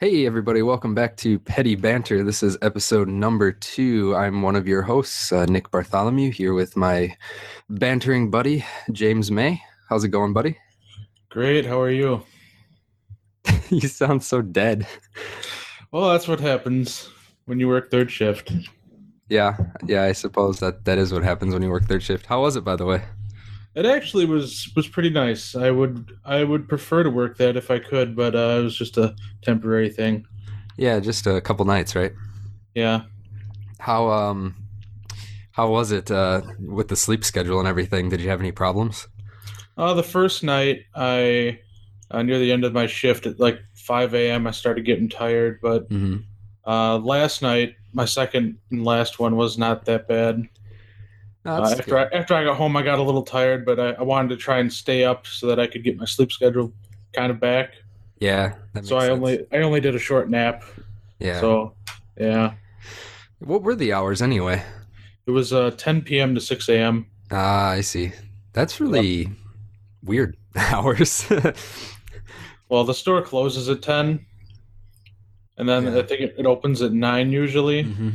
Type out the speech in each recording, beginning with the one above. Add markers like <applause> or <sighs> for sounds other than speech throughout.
Hey, everybody, welcome back to Petty Banter. This is episode number two. I'm one of your hosts, uh, Nick Bartholomew, here with my bantering buddy, James May. How's it going, buddy? <laughs> Great. How are you? you sound so dead. Well, that's what happens when you work third shift. Yeah, yeah, I suppose that that is what happens when you work third shift. How was it, by the way? It actually was was pretty nice. I would I would prefer to work that if I could, but uh, it was just a temporary thing. Yeah, just a couple nights, right? Yeah. How um how was it uh with the sleep schedule and everything? Did you have any problems? Uh, the first night, I uh, near the end of my shift at like 5 a.m., I started getting tired. But Mm-hmm. uh, last night, my second and last one was not that bad. No, Uh, that's after I, after I got home, I got a little tired, but I, I wanted to try and stay up so that I could get my sleep schedule kind of back. good. yeah. that So makes I sense. only I only did a short nap. yeah. So yeah, what were the hours anyway? it was uh, 10 p.m. to 6 a.m. Ah, I see. That's really weird <laughs> hours. Well, the store closes at 10, and then Yeah. I think it, it opens at nine usually, mm-hmm.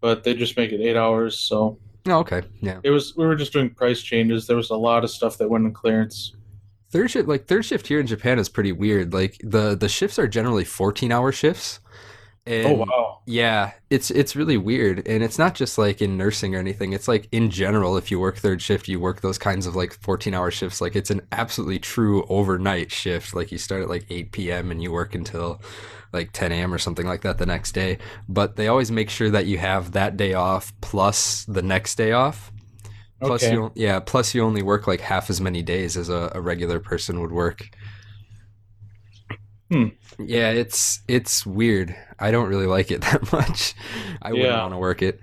but they just make it eight hours. So Oh, okay. Yeah. it was we were just doing price changes. There was a lot of stuff that went in clearance. Third shift like third shift here in Japan is pretty weird. Like the the shifts are generally 14-hour shifts. And oh wow! Yeah, it's it's really weird, and it's not just like in nursing or anything. It's like in general, if you work third shift, you work those kinds of like fourteen hour shifts. Like it's an absolutely true overnight shift. Like you start at like eight p.m. and you work until like ten a.m. or something like that the next day. But they always make sure that you have that day off plus the next day off. Plus Okay. you yeah, plus you only work like half as many days as a, a regular person would work. Hmm. Yeah, it's it's weird. I don't really like it <laughs> that much. I wouldn't Yeah. want to work it.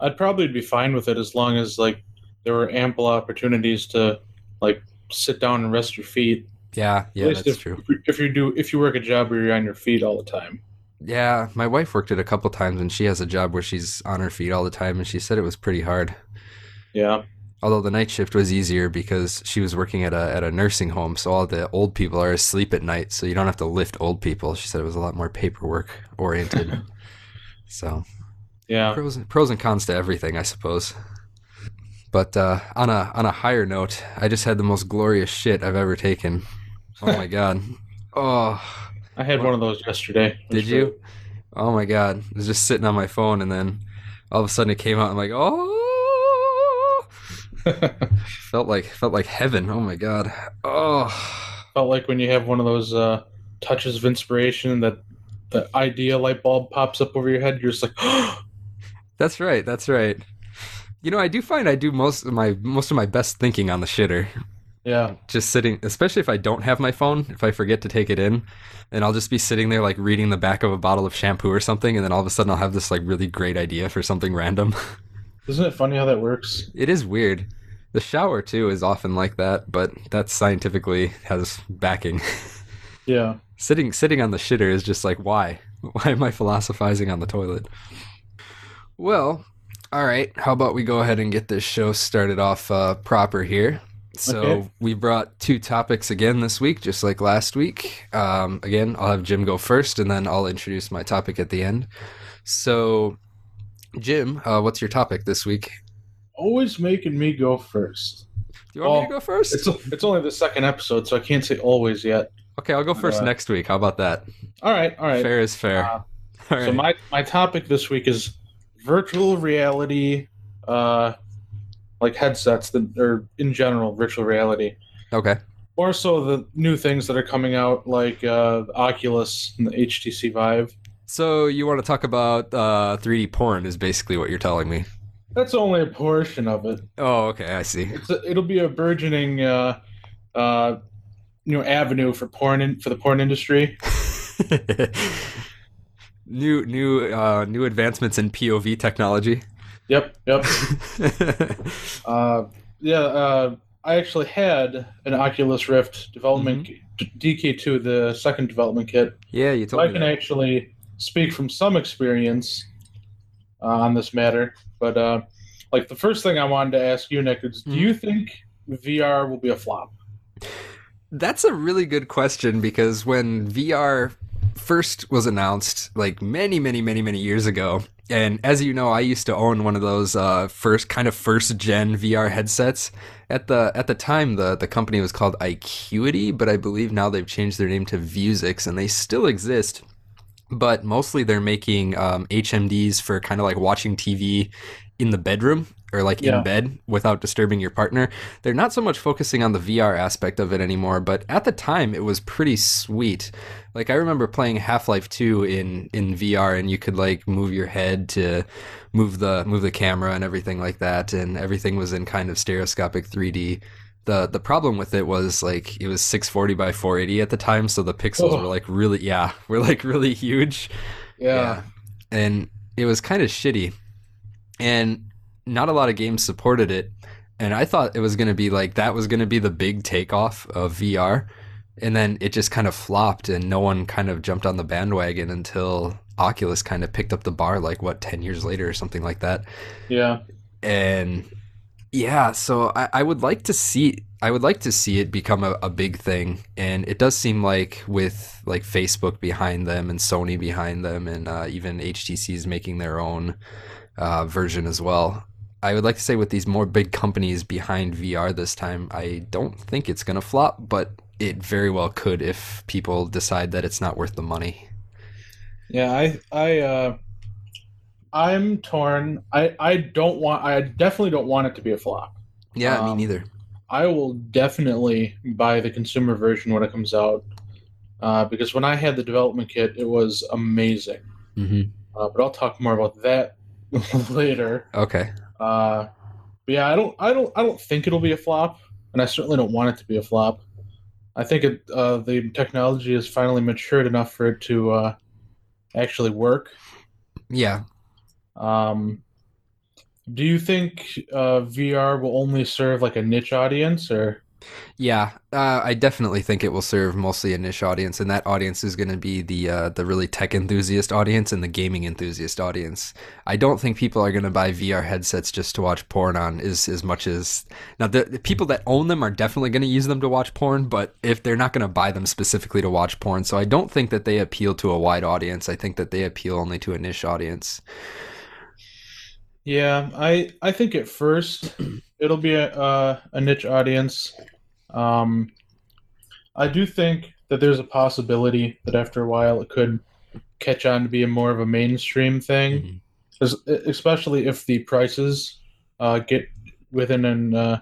I'd probably be fine with it as long as like there were ample opportunities to like sit down and rest your feet. Yeah, At yeah, least that's if, true. If you do, if you work a job where you're on your feet all the time, Yeah, my wife worked it a couple times and she has a job where she's on her feet all the time and she said it was pretty hard. yeah, Although the night shift was easier because she was working at a at a nursing home, so all the old people are asleep at night, so you don't have to lift old people. She said it was a lot more paperwork oriented. so yeah. pros pros and cons to everything, I suppose. But uh, on a on a higher note, I just had the most glorious shit I've ever taken. Oh my god! Oh, I had one of those yesterday. It did was you? really- Oh my god! It was just sitting on my phone, and then all of a sudden it came out. I'm like, oh, <laughs> felt like felt like heaven. Oh my god! Oh, Felt like when you have one of those uh, touches of inspiration that the idea light bulb pops up over your head. You're just like, <gasps> that's right. That's right. You know, I do find I do most of my most of my best thinking on the shitter. yeah, just sitting especially if i don't have my phone if i forget to take it in and i'll just be sitting there like reading the back of a bottle of shampoo or something and then all of a sudden i'll have this like really great idea for something random isn't it funny how that works? it is weird the shower too is often like that but that's scientifically has backing <laughs> Yeah, sitting sitting on the shitter is just like why <laughs> why am i philosophizing on the toilet well all right how about we go ahead and get this show started off uh, proper here so Okay. we brought two topics again this week just like last week um, again i'll have jim go first and then i'll introduce my topic at the end so jim uh, what's your topic this week always making me go first. do you want me to Well, go first It's it's only the second episode, so I can't say always yet. okay i'll go first uh, next week how about that All right, all right. fair is fair Uh, all right So my my topic this week is virtual reality, uh, like headsets that or in general virtual reality. okay More so the new things that are coming out like uh, the Oculus and the HTC Vive. So you want to talk about uh, 3D porn is basically what you're telling me. That's only a portion of it. Oh, okay, I see. <laughs> It's a, it'll be a burgeoning, uh, uh, you know, avenue for porn in, for the porn industry. new new uh, new advancements in POV technology. <laughs> Yep, yep. mm-hmm. Uh, yeah, uh, I actually had an Oculus Rift development kit- DK2, the second development kit. Yeah, you I told me. can That. actually speak from some experience uh, on this matter, but uh, like the first thing I wanted to ask you, Nick, is Mhm. do you think VR will be a flop? That's a really good question because when VR first was announced like many, many, many, many years ago. And as you know, I used to own one of those uh, first kind of first gen VR headsets. At the at the time, the the company was called Icuity, but I believe now they've changed their name to Vuzix, and they still exist. But mostly, they're making um, HMDs for kind of like watching TV in the bedroom or like Yeah. in bed without disturbing your partner. They're not so much focusing on the VR aspect of it anymore, but at the time it was pretty sweet. Like I remember playing Half-Life 2 in in VR and you could like move your head to move the move the camera and everything like that and everything was in kind of stereoscopic 3D. The the problem with it was like it was 640 by 480 at the time, so the pixels Oh. were like really yeah, <laughs> were like really huge. Yeah. And it was kind of shitty. And not a lot of games supported it. And I thought it was going to be like that was going to be the big takeoff of VR. And then it just kind of flopped and no one kind of jumped on the bandwagon until Oculus kind of picked up the bar like what 10 years later or something like that Yeah. and yeah so I, I would like to see i would like to see it become a, a big thing and it does seem like with like facebook behind them and sony behind them and uh, even htc's making their own uh, version as well i would like to say with these more big companies behind vr this time i don't think it's going to flop but it very well could if people decide that it's not worth the money Yeah, I I uh I'm torn. I I don't want I definitely don't want it to be a flop. yeah me Um, neither I will definitely buy the consumer version when it comes out. Uh, because when I had the development kit, it was amazing. hmm Uh, but I'll talk more about that <laughs> later. okay Uh, but yeah, I don't, I don't, I don't think it'll be a flop, and I certainly don't want it to be a flop. I think it, uh, the technology has finally matured enough for it to uh, actually work. yeah Um, do you think uh, VR will only serve like a niche audience, or Yeah, uh, I definitely think it will serve mostly a niche audience, and that audience is going to be the uh, the really tech enthusiast audience and the gaming enthusiast audience. I don't think people are going to buy VR headsets just to watch porn on, as as much as now the, the people that own them are definitely going to use them to watch porn, but if they're not going to buy them specifically to watch porn, so I don't think that they appeal to a wide audience. I think that they appeal only to a niche audience. yeah, I, I think at first it'll be a, uh, a niche audience. Um, I do think that there's a possibility that after a while it could catch on to be a more of a mainstream Mm-hmm. thing. Es- especially if the prices uh, get within an, uh,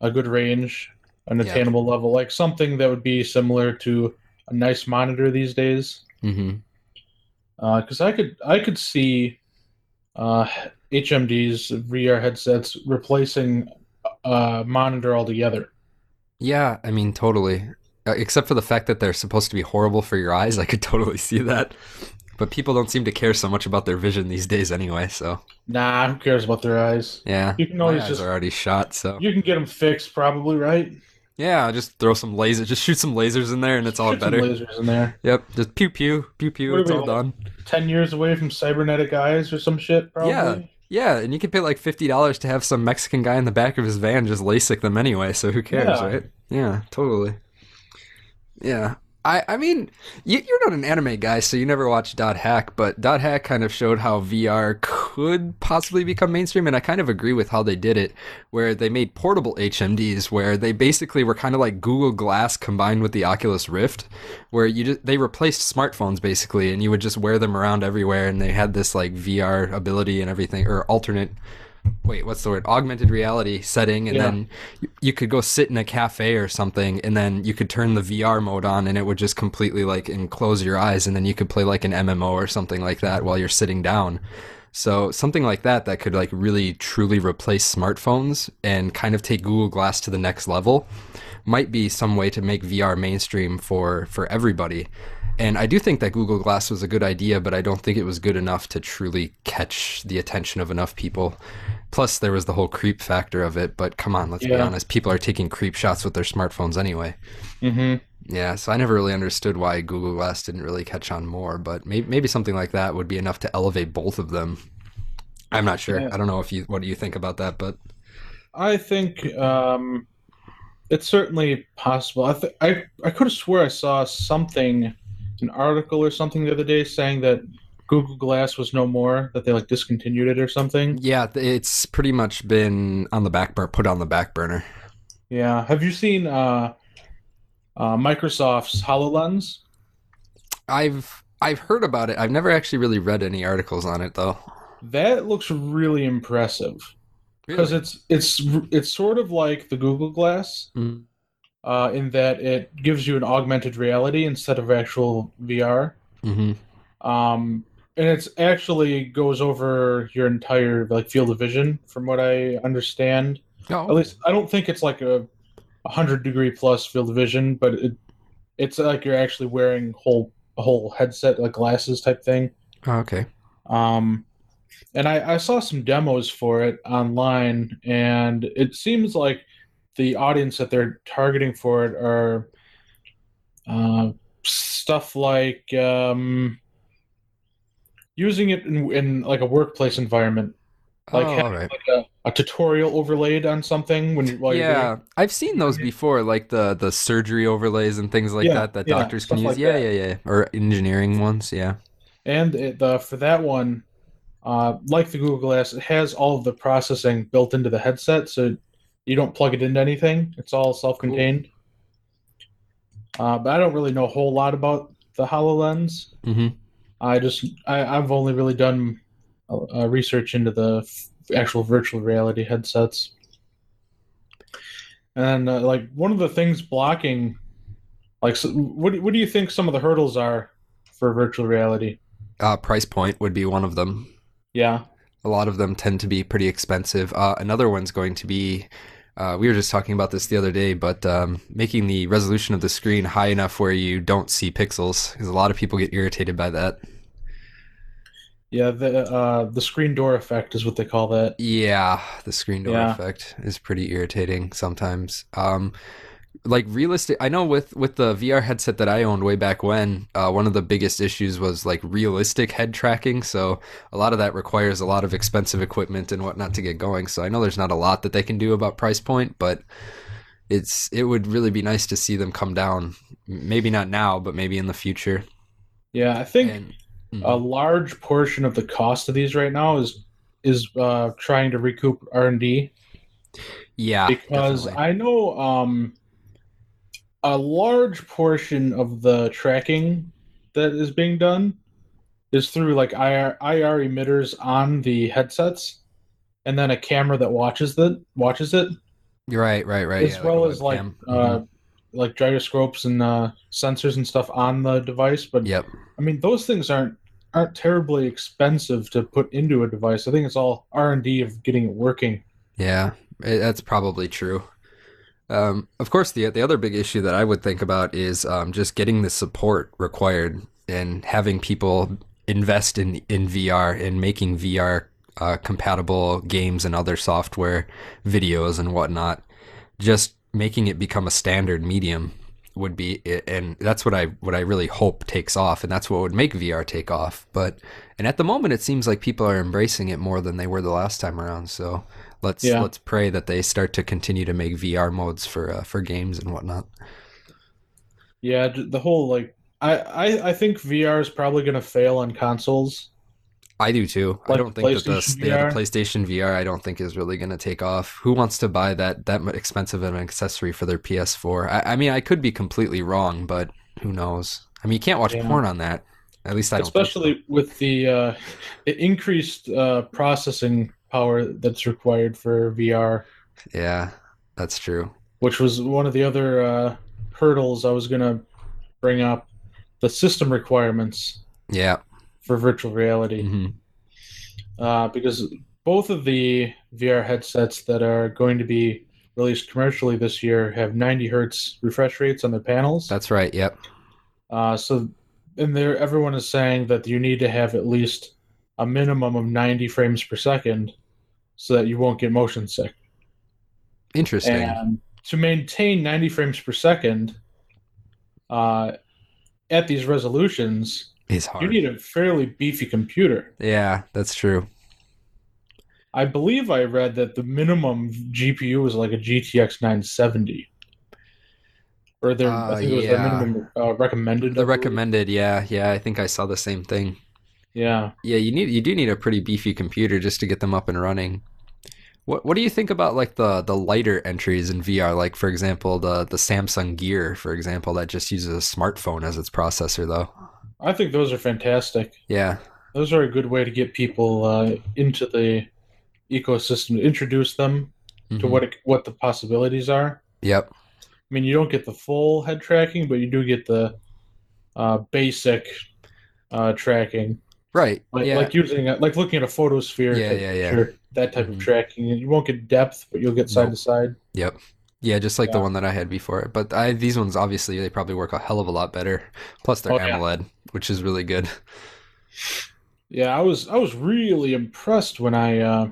a good range, an Yeah. attainable level, like something that would be similar to a nice monitor these days. hmm Because Uh, I could I could see uh, HMDs VR headsets replacing a monitor altogether. Yeah, I mean, totally. Uh, except for the fact that they're supposed to be horrible for your eyes, <laughs> I could totally see that. But people don't seem to care so much about their vision these days, anyway. So Nah, who cares about their eyes? yeah, You can my always eyes just are already shot. So you can get them fixed, probably, right? yeah, I'll just throw some lasers, just shoot some lasers in there, and it's all Shoot some better. lasers in there. Yep, just pew pew pew pew. What do It's we all done. want? Ten years away from cybernetic eyes or some shit, probably. Yeah. Yeah, and you could pay like fifty dollars to have some Mexican guy in the back of his van just LASIK them anyway. So who cares, Yeah. right? Yeah, totally. Yeah, I I mean, you, you're not an anime guy, so you never watched Dot Hack, but Dot Hack kind of showed how VR could possibly become mainstream, and I kind of agree with how they did it, where they made portable HMDs, where they basically were kind of like Google Glass combined with the Oculus Rift, where you just, they replaced smartphones basically, and you would just wear them around everywhere, and they had this like VR ability and everything, or alternate wait, what's the word? Augmented reality setting, and Yeah. then you, you could go sit in a cafe or something, and then you could turn the VR mode on, and it would just completely like enclose your eyes, and then you could play like an MMO or something like that while you're sitting down. So something like that that could like really truly replace smartphones and kind of take Google Glass to the next level might be some way to make VR mainstream for for everybody. And I do think that Google Glass was a good idea, but I don't think it was good enough to truly catch the attention of enough people. Plus, there was the whole creep factor of it. But come on, let's be Yeah. honest. People are taking creep shots with their smartphones anyway. Mm-hmm. Yeah, so I never really understood why Google Glass didn't really catch on more, but maybe, maybe something like that would be enough to elevate both of them. I'm not sure. Yeah. I don't know if you what do you think about that, but I think um, it's certainly possible. I, th- I I could have swore I saw something an article or something the other day saying that Google Glass was no more, that they like discontinued it or something. Yeah, th- it's pretty much been on the back burner, put on the back burner. Yeah. Have you seen uh, uh, Microsoft's HoloLens? I've I've heard about it. I've never actually really read any articles on it though. That looks really impressive because it's it's it's sort of like the Google Glass Mm. uh, in that it gives you an augmented reality instead of actual VR. Mhm. um and it's actually goes over your entire like field of vision from what i understand Oh, at least i don't think it's like a 100 degree plus field of vision but it it's like you're actually wearing whole a whole headset like glasses type thing oh, okay. um and i i saw some demos for it online and it seems like the audience that they're targeting for it are uh, stuff like um using it in, in like a workplace environment like oh, all having right. like a, a tutorial overlaid on something when you while you're doing yeah, I've seen those before, like the the surgery overlays and things like Yeah, that that yeah, doctors can stuff use. like yeah, that. yeah, yeah, or engineering ones. Yeah. And it, the, for that one, uh, like the Google Glass, it has all of the processing built into the headset, so you don't plug it into anything. It's all self-contained. Uh, but I don't really know a whole lot about the Hololens. Mm-hmm. I just I, I've only really done uh, uh, research into the f- actual virtual reality headsets. And uh, like one of the things blocking, like so what do- what do you think some of the hurdles are for virtual reality? Uh, price point would be one of them. Yeah. a lot of them tend to be pretty expensive. Uh, another one's going to be, uh, we were just talking about this the other day, but um, making the resolution of the screen high enough where you don't see pixels, because a lot of people get irritated by that. Yeah, the uh, the screen door effect is what they call that. Yeah, the screen door Yeah. effect is pretty irritating sometimes. Um, like realistic, I know with with the VR headset that I owned way back when, uh, one of the biggest issues was like realistic head tracking. So a lot of that requires a lot of expensive equipment and whatnot to get going. So I know there's not a lot that they can do about price point, but it's it would really be nice to see them come down. M- Maybe not now, but maybe in the future. Yeah, I think uh, And mm, a large portion of the cost of these right now is is uh, trying to recoup R and D yeah, because Ah, definitely. I know um, a large portion of the tracking that is being done is through like IR IR emitters on the headsets, and then a camera that watches that watches it. right, right, right. as yeah, well a as like webcam. uh, Mhm. like gyroscopes and uh, sensors and stuff on the device. But yep. I mean, those things aren't aren't terribly expensive to put into a device. I think it's all R and D of getting it working. Yeah, i- that's probably true. Um, of course, the the other big issue that I would think about is um, just getting the support required and having people invest in in VR and making VR uh, compatible games and other software, videos and whatnot. Just making it become a standard medium would be, i- and that's what I what I really hope takes off, and that's what would make VR take off. But and at the moment, it seems like people are embracing it more than they were the last time around. So let's Yeah. let's pray that they start to continue to make VR modes for uh, for games and whatnot. Yeah, d- the whole like I I, I think VR is probably going to fail on consoles. I do too. I Like don't think that the, PlayStation yeah, VR? the PlayStation VR I don't think is really going to take off. Who wants to buy that that mu- expensive of an accessory for their PS4? I, I mean, I could be completely wrong, but who knows? I mean, you can't watch Yeah. porn on that. At least I don't. think so. Especially with the uh, <laughs> the increased uh, processing power that's required for VR, Yeah, that's true. which was one of the other uh, hurdles I was going to bring up. The system requirements. Yeah. for virtual reality hmm uh, because both of the VR headsets that are going to be released commercially this year have 90 hertz refresh rates on their panels. That's right. Yep. uh, so, and there, everyone is saying that you need to have at least a minimum of 90 frames per second so that you won't get motion sick. Interesting. And to maintain 90 frames per second uh, at these resolutions, it's hard. you need a fairly beefy computer. yeah, that's true. I believe I read that the minimum GPU was like a GTX 970. or their Uh, I think it was yeah. their minimum uh, recommended. I The believe. recommended, yeah, yeah. I think I saw the same thing. Yeah, Yeah, you need you do need a pretty beefy computer just to get them up and running. What what do you think about like the the lighter entries in VR? Like for example, the the Samsung Gear, for example, that just uses a smartphone as its processor, though. I think those are fantastic. Yeah, Those are a good way to get people uh, into the ecosystem, to introduce them to Mhm. what it, what the possibilities are. Yep. I mean, you don't get the full head tracking, but you do get the uh, basic uh, tracking, Right. like, yeah. like using a, like looking at a photosphere. Yeah, type yeah, yeah. picture, that type Mhm. of tracking. You won't get depth, but you'll get side Nope. to side. Yep. Yeah, just like the Yeah. one that I had before. But I these ones obviously they probably work a hell of a lot better. Plus they're Oh, yeah. AMOLED, which is really good. Yeah, I was I was really impressed when I uh,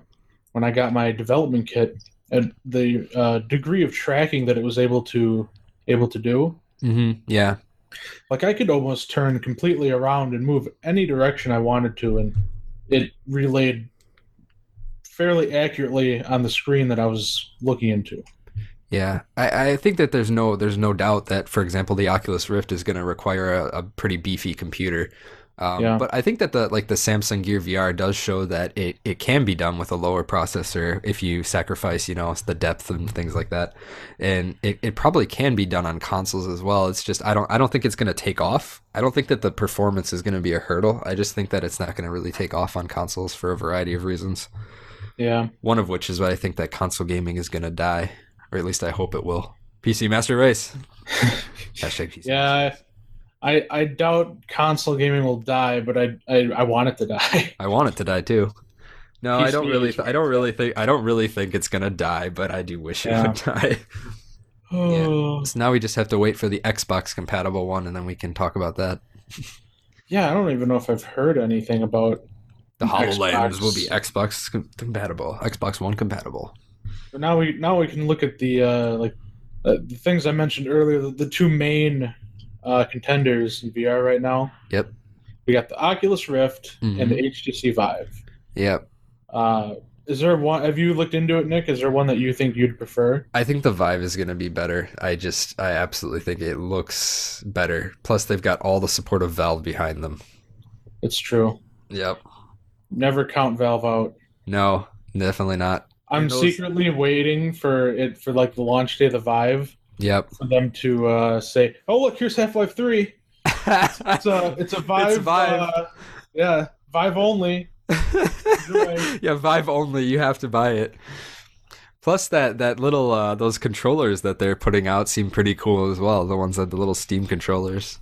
when I got my development kit and the uh, degree of tracking that it was able to able to do. Mm-hmm. Yeah. Like I could almost turn completely around and move any direction I wanted to, and it relayed fairly accurately on the screen that I was looking into. Yeah, I, I think that there's no there's no doubt that, for example, the Oculus Rift is going to require a, a pretty beefy computer. Um, Yeah. But I think that the like the Samsung Gear VR does show that it, it can be done with a lower processor if you sacrifice you know the depth and things like that, and it, it probably can be done on consoles as well. It's just I don't I don't think it's going to take off. I don't think that the performance is going to be a hurdle. I just think that it's not going to really take off on consoles for a variety of reasons. Yeah, One of which is why I think that console gaming is going to die, or at least I hope it will. PC Master Race. Hashtag PC. yeah. I I doubt console gaming will die, but I I, I want it to die. <laughs> I want it to die too. No, I PC don't really. is- I don't really think. I don't really think it's gonna die, but I do wish Yeah. it would die. Oh. so now we just have to wait for the Xbox compatible one, and then we can talk about that. yeah, I don't even know if I've heard anything about The Hololens Xbox. will be Xbox com- compatible, Xbox One compatible. But now we now we can look at the uh, like uh, the things I mentioned earlier. The, the two main uh, contenders in VR right now. Yep. We got the Oculus Rift and the HTC Vive. Yep. Uh, is there one? Have you looked into it, Nick? Is there one that you think you'd prefer? I think the Vive is going to be better. I just, I absolutely think it looks better. Plus, they've got all the support of Valve behind them. It's true. Yep. Never count Valve out. No, definitely not. I'm And those- secretly waiting for it for like the launch day of the Vive <laughs> Yep. for them to uh, say, "Oh look, here's Half-Life 3. It's a it's a Vive. Vive. Uh, yeah, Vive only. right. <laughs> yeah, Vive only. You have to buy it. Plus, that that little uh, those controllers that they're putting out seem pretty cool as well. The ones that the little Steam controllers.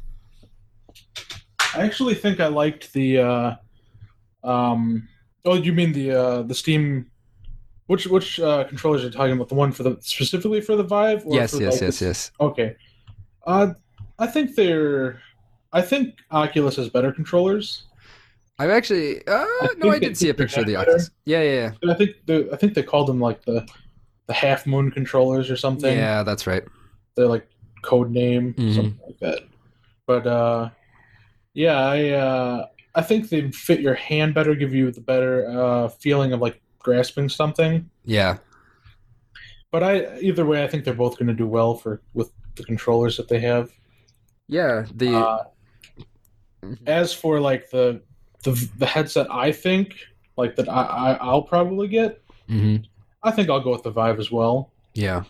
I actually think I liked the. Uh, um, oh, you mean the uh, the Steam? Which which uh, controllers are you talking about? The one for the specifically for the Vive? Or yes, for, yes, like, yes, the- yes. Okay. Uh, I think they're. I think Oculus has better controllers. I've actually uh, no, think I they did see a keep their picture of the head Oculus. Yeah, yeah, yeah. I think the I think they called them like the the half moon controllers or something. Yeah, that's right. They're like code name Mhm. something like that. But uh, yeah, I uh, I think they fit your hand better, give you the better uh, feeling of like grasping something. Yeah, But I either way, I think they're both going to do well for with the controllers that they have. yeah. The Uh, Mhm. as for like the the the headset, I think like that I, I I'll probably get. hmm I think I'll go with the Vive as well. yeah.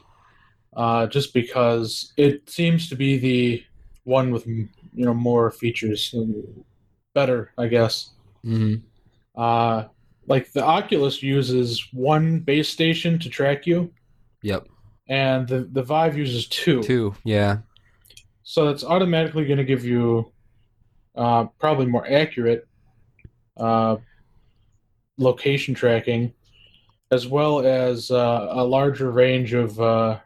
uh, just because it seems to be the one with you know more features, better, I guess. hmm Uh, like the Oculus uses one base station to track you, Yep. and the the Vive uses two. Two. Yeah. So that's automatically going to give you uh, probably more accurate uh, location tracking, as well as uh, a larger range of uh,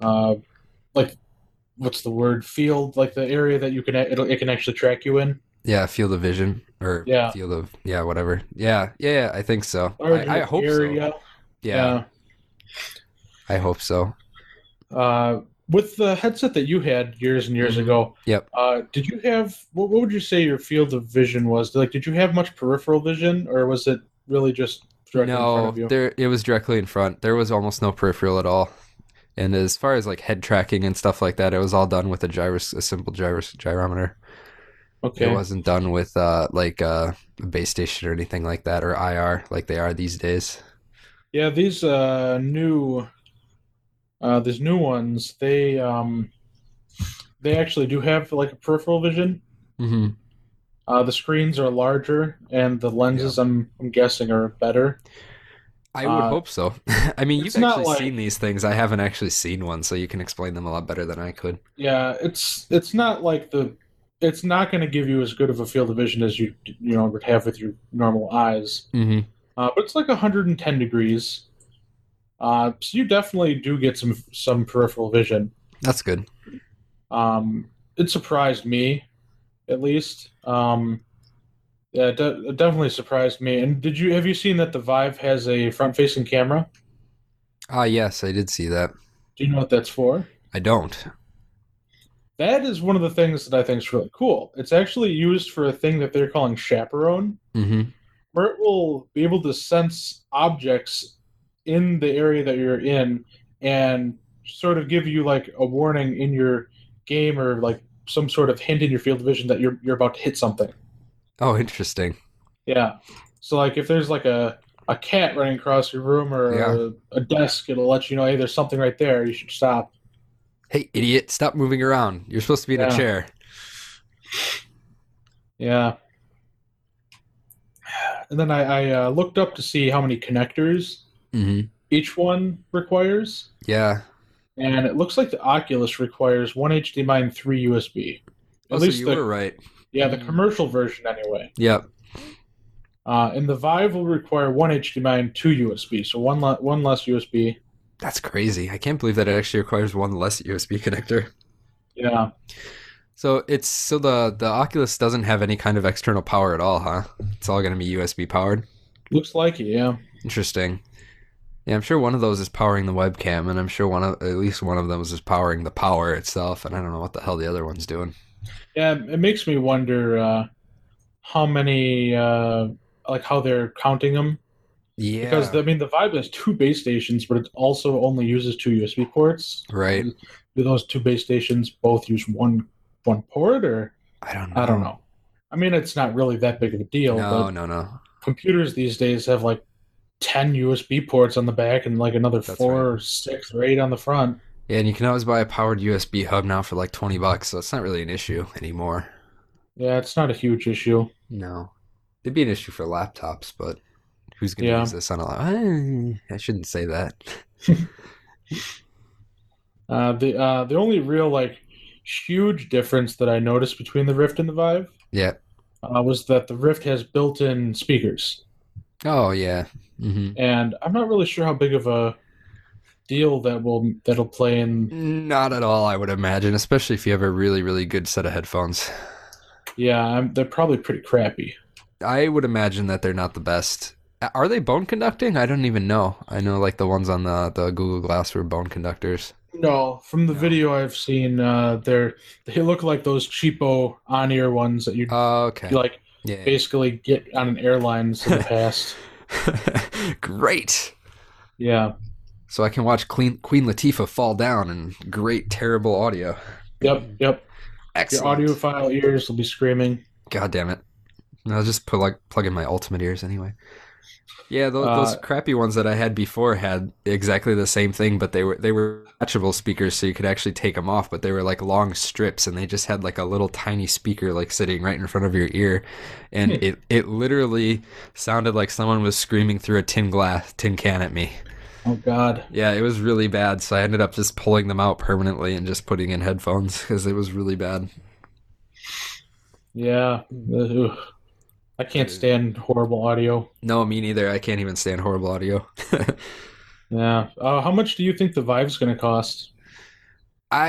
uh, like what's the word field, like the area that you can it it can actually track you in. Yeah. Field of vision or Yeah. field of yeah, whatever. Yeah. Yeah. yeah, I think so. Larger I, I hope so. area. Yeah, I hope so. yeah. Uh, with the headset that you had years and years Mhm. ago, Yep. Uh, did you have what, what would you say your field of vision was? Like, did you have much peripheral vision, or was it really just directly in front No, of you? there it was directly in front. There was almost no peripheral at all. And as far as like head tracking and stuff like that, it was all done with a gyros, a simple gyros gyrometer. It Okay. wasn't done with uh, like uh, a base station or anything like that, or IR like they are these days. Yeah, these uh, new uh, these new ones, they um, they actually do have like a peripheral vision. Mm-hmm. Uh, the screens are larger, and the lenses, I'm, I'm guessing, are better. I would Uh, hope so. <laughs> I mean, you've it's not actually like- seen these things. I haven't actually seen one, so you can explain them a lot better than I could. Yeah, it's it's not like the it's not going to give you as good of a field of vision as you you know would have with your normal eyes. Mm-hmm. Uh, but it's like 110 degrees, uh, so you definitely do get some some peripheral vision. That's good. Um, it surprised me, at least. Um, yeah, it, de- it definitely surprised me. And did you have you seen that the Vive has a front-facing camera? Ah, yes, I did see that. Do you know what that's for? I don't. That is one of the things that I think is really cool. It's actually used for a thing that they're calling chaperone, Mm-hmm. where it will be able to sense objects in the area that you're in and sort of give you like a warning in your game or like some sort of hint in your field of vision that you're you're about to hit something. Oh, interesting. Yeah. So like if there's like a a cat running across your room or Yeah. a, a desk, it'll let you know, hey, there's something right there. You should stop. Hey, idiot! Stop moving around. You're supposed to be in a Yeah. chair. Yeah. And then I, I uh, looked up to see how many connectors Mm-hmm. each one requires, Yeah. and it looks like the Oculus requires one HDMI and three USB. At Oh, so least you the were right. yeah the Mm. commercial version anyway. Yep. Uh, and the Vive will require one HDMI and two USB, so one le- one less USB. That's crazy. I can't believe that it actually requires one less USB connector. Yeah. So it's so the the Oculus doesn't have any kind of external power at all, huh? It's all going to be USB powered. Looks like it. Yeah. Interesting. Yeah, I'm sure one of those is powering the webcam, and I'm sure one of at least one of those is powering the power itself, and I don't know what the hell the other one's doing. Yeah, it makes me wonder uh, how many, uh, like how they're counting them. Yeah. Because I mean, the Vibe has two base stations, but it also only uses two USB ports. right. Do those two base stations both use one one port, or I don't know. I don't know. I mean, it's not really that big of a deal. Um, No, But no, no. computers these days have like ten USB ports on the back and like another That's four right. or six or eight on the front. Yeah, and you can always buy a powered USB hub now for like 20 bucks, so it's not really an issue anymore. Yeah, it's not a huge issue. No. It'd be an issue for laptops, but who's going to Yeah. use this on a laptop? I shouldn't say that. <laughs> Uh, the uh, the only real like huge difference that I noticed between the Rift and the Vive Yeah. uh, was that the Rift has built-in speakers, Oh, yeah. hmm and I'm not really sure how big of a deal that will that'll play in. Not at all, I would imagine, especially if you have a really, really good set of headphones. Yeah, I'm, they're probably pretty crappy. I would imagine that they're not the best. A- Are they bone conducting? I don't even know. I know like the ones on the, the Google Glass were bone conductors. No, from the No. video I've seen, uh, they're they look like those cheapo on-ear ones that you Oh, okay. like yeah. basically get on an airlines in the past. <laughs> Great. Yeah. So I can watch Queen, Queen Latifah fall down in great, terrible audio. Yep. Yep. Your Excellent. audiophile ears will be screaming. God damn it. I'll just put like plug in my ultimate ears anyway. Yeah, those, those Uh, crappy ones that I had before had exactly the same thing, but they were they were attachable speakers, so you could actually take them off. But they were like long strips, and they just had like a little tiny speaker like sitting right in front of your ear, and Hmm. it it literally sounded like someone was screaming through a tin glass tin can at me. Oh God. Yeah, it was really bad. So I ended up just pulling them out permanently and just putting in headphones because it was really bad. Yeah. Ugh. I can't stand horrible audio. No, me neither. I can't even stand horrible audio. Yeah. Uh, how much do you think the Vive's going to cost?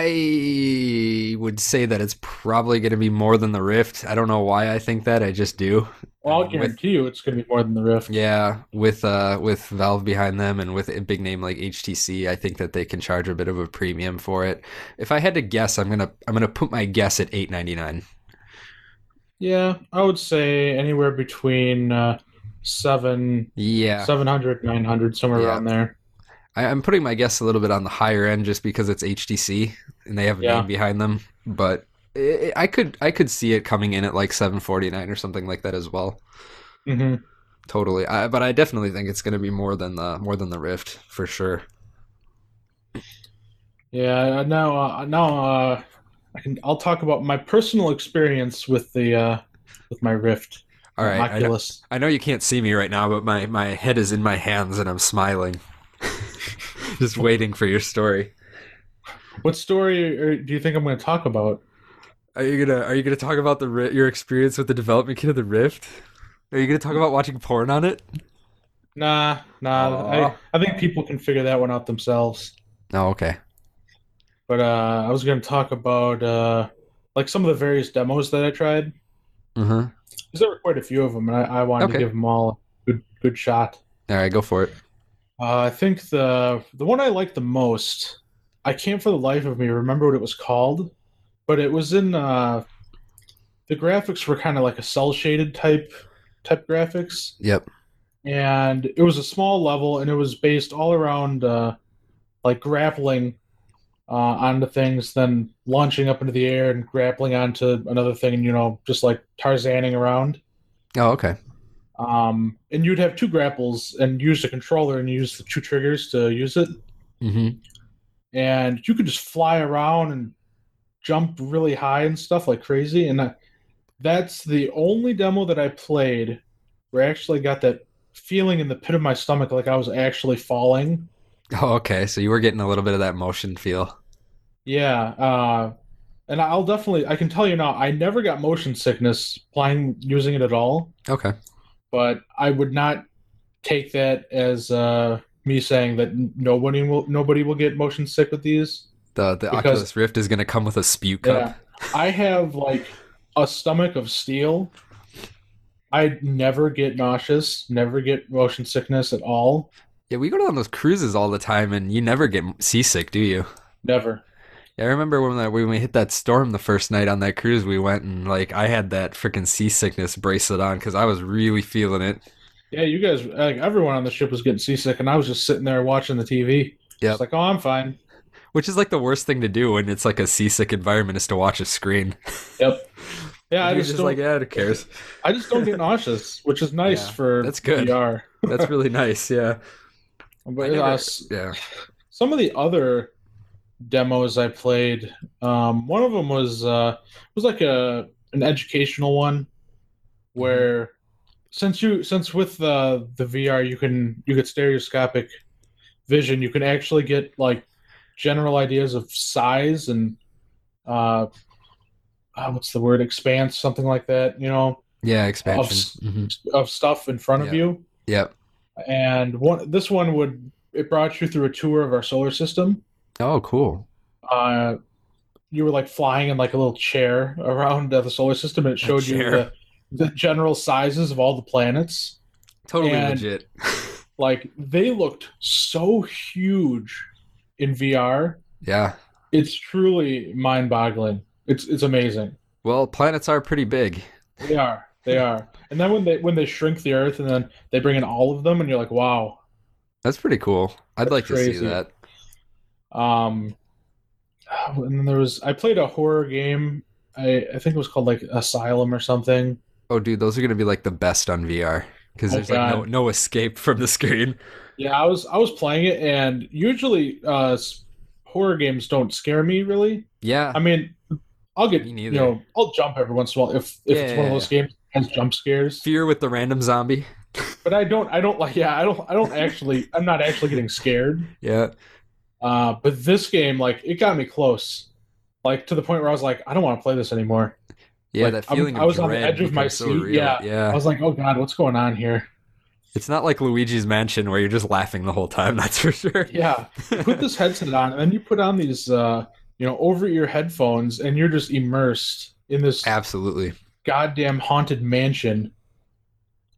I would say that it's probably going to be more than the Rift. I don't know why I think that. I just do. Well, I'll Uh, With- guarantee you it's going to be more than the Rift. Yeah, with uh with Valve behind them and with a big name like HTC, I think that they can charge a bit of a premium for it. If I had to guess, I'm going to I'm going to put my guess at 8.99. Yeah, I would say anywhere between uh, seven, Yeah. seven hundred, nine hundred, somewhere Yeah. around there. I, I'm putting my guess a little bit on the higher end just because it's HTC and they have a Yeah. name behind them, but i I could I could see it coming in at like 749 or something like that as well. hmm Totally, I, but I definitely think it's going to be more than the more than the Rift for sure. Yeah, uh, now uh, now uh, I can I'll talk about my personal experience with the uh, with my Rift All right, I know, Oculus. I know you can't see me right now, but my my head is in my hands and I'm smiling, <laughs> just waiting for your story. What story are, do you think I'm going to talk about? Are you gonna Are you gonna talk about the Ri- your experience with the development kit of the Rift? Are you gonna talk about watching porn on it? Nah, nah. Aw. I, I think people can figure that one out themselves. Oh, okay. But uh, I was going to talk about uh, like some of the various demos that I tried. Mm-hmm. 'Cause there were quite a few of them, and I, I wanted Okay. to give them all a good good shot. All right, go for it. Uh, I think the the one I liked the most, I can't for the life of me remember what it was called, but it was in uh, the graphics were kind of like a cell shaded type type graphics, Yep. and it was a small level, and it was based all around uh, like grappling uh, onto things, then launching up into the air and grappling onto another thing, and you know just like Tarzaning around. Oh, okay. Um, and you'd have two grapples and use the controller and use the two triggers to use it. Mm-hmm. and you could just fly around and jump really high and stuff like crazy. And I, that's the only demo that I played where I actually got that feeling in the pit of my stomach like I was actually falling. Oh, okay. So you were getting a little bit of that motion feel. Yeah, uh, and I'll definitely I can tell you now I never got motion sickness playing using it at all, Okay. but I would not take that as uh, me saying that n- nobody will nobody will get motion sick with these. The the Because- Oculus Rift is gonna come with a spew cup. I have like a stomach of steel. I never get nauseous, never get motion sickness at all. Yeah, we go on those cruises all the time, and you never get seasick, do you? Never. Yeah, I remember when that when we hit that storm the first night on that cruise, we went and like I had that freaking seasickness bracelet on because I was really feeling it. Yeah, you guys, like everyone on the ship was getting seasick, and I was just sitting there watching the TV. Yep. It's like, oh, I'm fine. Which is like the worst thing to do when it's like a seasick environment is to watch a screen. Yeah, I <laughs> You're just, just don't, like, yeah, who cares? I just don't get nauseous, which is nice Yeah, for that's good. VR. That's <laughs> really nice. Yeah, But never- uh, s- yeah. some of the other demos I played, um, one of them was uh, it was like a an educational one where since you since with uh, the VR you can you get stereoscopic vision, you can actually get like general ideas of size and uh, uh, what's the word expanse something like that you know Yeah, expansion. Mhm. of stuff in front of Yeah. you Yep. and one this one would it brought you through a tour of our solar system Oh, cool. uh, you were like flying in like a little chair around uh, the solar system, and it showed you chair. the, the general sizes of all the planets. Totally And- legit. Like they looked so huge in VR. yeah. It's truly mind-boggling. It's it's amazing. Well, planets are pretty big. They are. They are. And then when they when they shrink the Earth, and then they bring in all of them, and you're like, wow. That's pretty cool. I'd like to see crazy. that. Um, and then there was I played a horror game. I, I think it was called like Asylum or something. Oh, dude, those are gonna be like the best on VR because Oh, there's like no God. no escape from the screen. Yeah, I was I was playing it, and usually uh, s- horror games don't scare me really. Yeah. I mean, I'll get Me you neither. know I'll jump every once in a while if if it's one of Yeah. those games that has jump scares. Fear with the random zombie. But I don't I don't like yeah I don't I don't actually I'm not actually getting scared. Yeah. Uh, but this game like it got me close, like to the point where I was like I don't want to play this anymore. Yeah, Like, that I'm- feeling I was of on the dread edge of my becomes so seat, real. yeah. I yeah. was like oh god what's going on here? It's not like Luigi's Mansion where you're just laughing the whole time, <laughs> that's for sure. Yeah, put this headset on, and then you put on these uh, you know over ear headphones, and you're just immersed in this Absolutely. goddamn haunted mansion.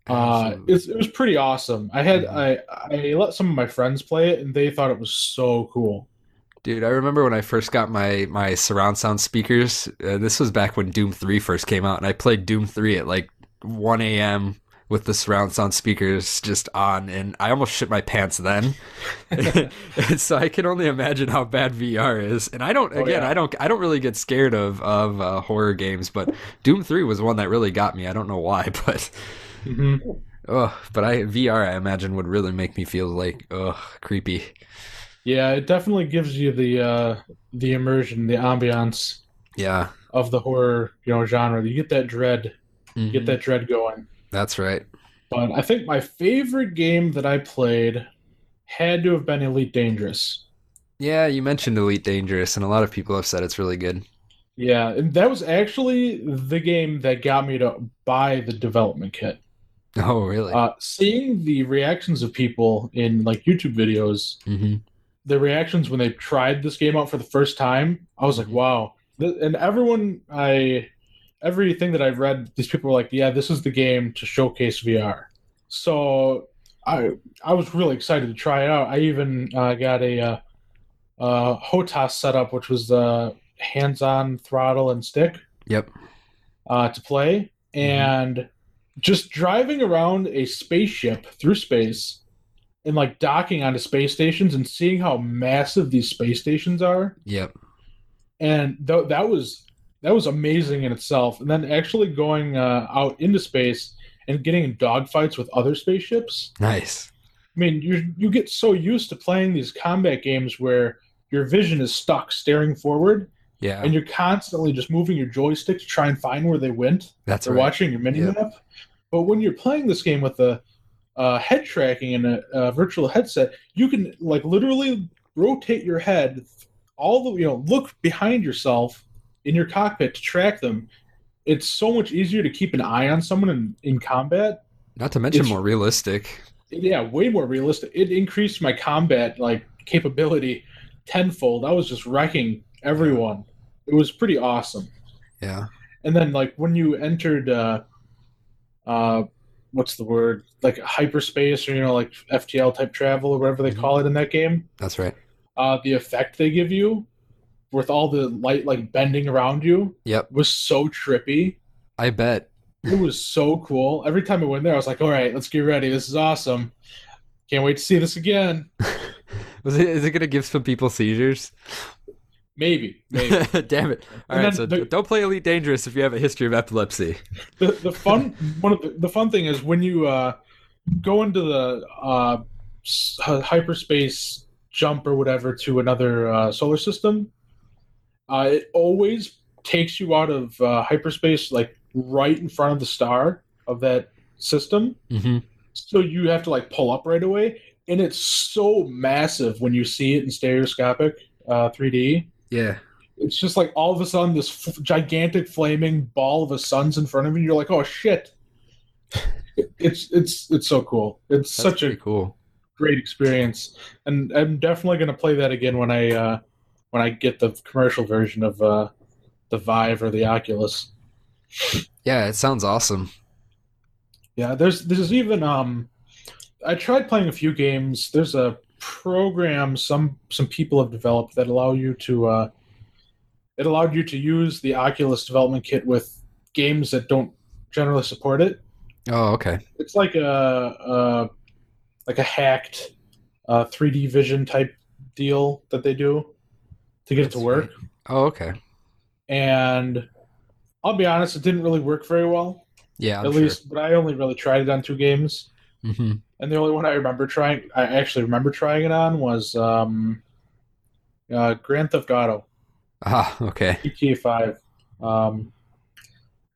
Uh, Absolutely. it's, it was pretty awesome. I had I I let some of my friends play it, and they thought it was so cool. Dude, I remember when I first got my my surround sound speakers. Uh, this was back when Doom 3 first came out, and I played Doom 3 at like 1 a.m. with the surround sound speakers just on, and I almost shit my pants then. <laughs> And so I can only imagine how bad VR is. And I don't, Oh, again, yeah. I don't, I don't really get scared of of uh, horror games, but Doom Three was one that really got me. I don't know why, <laughs> but hmm oh, but I VR, I imagine, would really make me feel like ugh, creepy. Yeah, it definitely gives you the uh, the immersion, the ambiance Yeah, of the horror you know genre. You get that dread, you Mhm. get that dread going. That's right. But I think my favorite game that I played had to have been Elite Dangerous. Yeah, you mentioned Elite Dangerous, and a lot of people have said it's really good. <laughs> Yeah, and that was actually the game that got me to buy the development kit. Oh, really? Uh, seeing the reactions of people in like YouTube videos, hmm their reactions when they tried this game out for the first time, I was like, wow. Th- And everyone I everything that I've read, these people were like, yeah, this is the game to showcase VR. So I I was really excited to try it out. I even uh, got a uh, uh, HOTAS setup, which was the hands-on throttle and stick Yep. uh, to play, and just driving around a spaceship through space and like docking onto space stations and seeing how massive these space stations are, Yep. and th- that was that was amazing in itself. And then actually going uh, out into space and getting in dogfights with other spaceships. Nice. I mean, you you get so used to playing these combat games where your vision is stuck staring forward Yeah. and you're constantly just moving your joystick to try and find where they went That's or right. watching your mini map. But when you're playing this game with the uh, head tracking and a, a virtual headset, you can like literally rotate your head all the you know look behind yourself in your cockpit to track them. It's so much easier to keep an eye on someone in, in combat. Not to mention it's- more realistic. Yeah, way more realistic. It increased my combat like capability tenfold. I was just wrecking everyone. It was pretty awesome. Yeah. and then like when you entered uh uh what's the word like hyperspace or you know like ftl type travel or whatever they call it in that game That's right. uh the effect they give you with all the light like bending around you Yep. was so trippy I bet. it was so cool every time i went there i was like all right let's get ready this is awesome can't wait to see this again Was it, is it going to give some people seizures? maybe <laughs> maybe Damn it. All right. And then So the- don't play Elite Dangerous if you have a history of epilepsy. the, the fun one of the, the fun thing is when you uh, go into the uh, s- hy- hyperspace jump or whatever to another uh, solar system uh, it always takes you out of uh, hyperspace like right in front of the star of that system Mm-hmm. so you have to like pull up right away and it's so massive when you see it in stereoscopic uh, 3d Yeah. it's just like all of a sudden this f- gigantic flaming ball of a sun's in front of you and you're like oh shit <laughs> it's it's it's so cool it's That's such a pretty cool. great experience and i'm definitely going to play that again when i uh when i get the commercial version of uh the vive or the oculus Yeah. It sounds awesome. yeah there's there's even um i tried playing a few games there's a program some some people have developed that allow you to uh it allowed you to use the oculus development kit with games that don't generally support it Oh, okay. it's like a, a like a hacked uh 3d vision type deal that they do to get it That's to work right. Oh, okay. and i'll be honest it didn't really work very well Yeah. I'm at sure. least but i only really tried it on two games hmm And the only one I remember trying, I actually remember trying it on was um, uh, Grand Theft Auto Ah, okay. GTA 5. Um,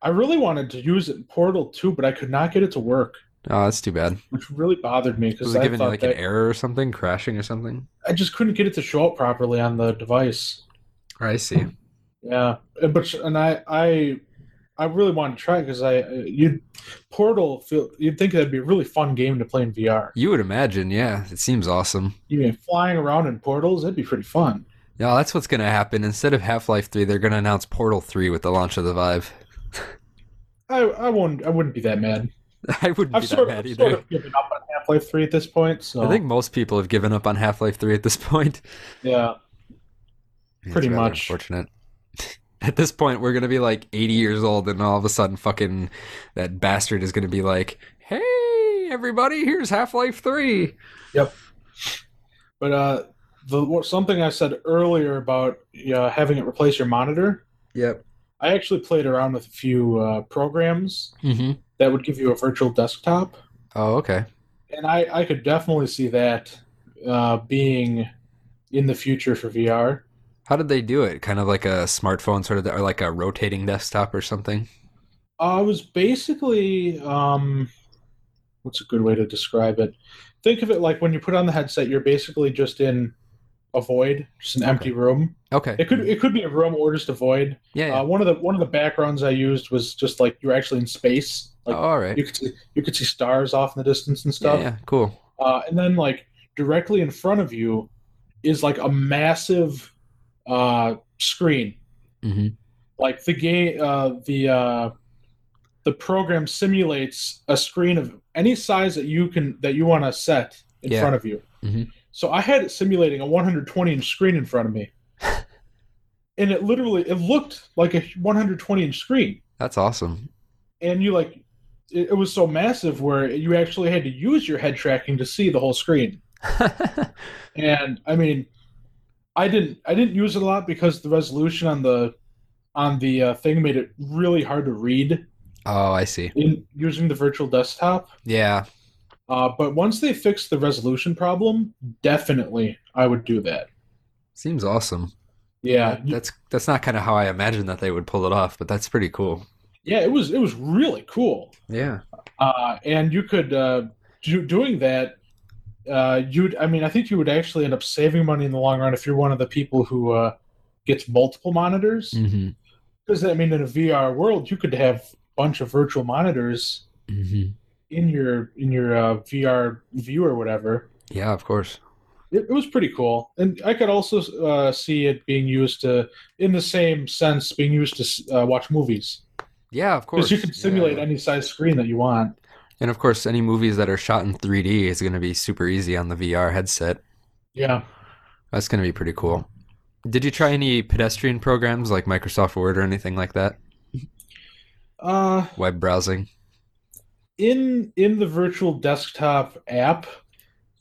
I really wanted to use it in Portal 2, but I could not get it to work, Oh, that's too bad. which really bothered me Was because it I giving you thought like an that error or something, crashing or something? I just couldn't get it to show up properly on the device. I see. Yeah, and- but and I I I really wanted to try because I you Portal feel you'd think that'd be a really fun game to play in VR. You would imagine, yeah. It seems awesome. You mean flying around in portals? That'd be pretty fun. No, that's what's gonna happen. Instead of Half Life Three, they're gonna announce Portal Three with the launch of the Vive. <laughs> I I won't I wouldn't be that mad. I wouldn't I've be sort, that mad of, I've either. sort of given up on Half Life 3 at this point, so I think most people have given up on Half Life Three at this point. <laughs> yeah, It's Pretty rather much. Unfortunate. At this point, we're gonna be like 80 years old, and all of a sudden, fucking that bastard is gonna be like, hey everybody, here's Half Life Three. But uh, the what- something I said earlier about uh, having it replace your monitor, Yep. I actually played around with a few uh, programs Mm-hmm. that would give you a virtual desktop, Oh, okay. and I, I could definitely see that uh, being in the future for VR. How did they do it? Kind of like a smartphone, sort of, or like a rotating desktop or something. Uh, it was basically um, what's a good way to describe it? Think of it like when you put on the headset, you're basically just in a void, just an empty room. Okay. It could it could be a room or just a void. Yeah. yeah. Uh, one of the one of the backgrounds I used was just like you're actually in space. Oh, Like all right. you could see, you could see stars off in the distance and Yeah, stuff. yeah. Cool. Uh, and then like directly in front of you is like a massive uh, screen. hmm Like the game, uh, the uh, the program simulates a screen of any size that you can that you want to set in Yeah. front of you. Mhm. So I had it simulating a 120 inch screen in front of me, and it literally it looked like a 120 inch screen. That's awesome. and you like it, it was so massive where you actually had to use your head tracking to see the whole screen and i mean i didn't i didn't use it a lot because the resolution on the on the uh, thing made it really hard to read oh, I see. in using the virtual desktop Yeah. uh, but once they fix the resolution problem definitely i would do that Seems awesome. yeah That's that's not kind of how I imagined that they would pull it off, but that's pretty cool. yeah it was it was really cool Yeah. uh, and you could uh, do, doing that uh, you'd i mean i think you would actually end up saving money in the long run if you're one of the people who uh, gets multiple monitors hmm because i mean in a vr world you could have a bunch of virtual monitors hmm in your in your uh, vr view or whatever Yeah, of course. it, it was pretty cool and i could also uh, see it being used to in the same sense being used to s- uh, watch movies Yeah, of course. because you can simulate Yeah. any size screen that you want And of course, any movies that are shot in 3D is going to be super easy on the VR headset. yeah That's going to be pretty cool. Did you try any pedestrian programs like Microsoft Word or anything like that? uh Web browsing? in in the virtual desktop app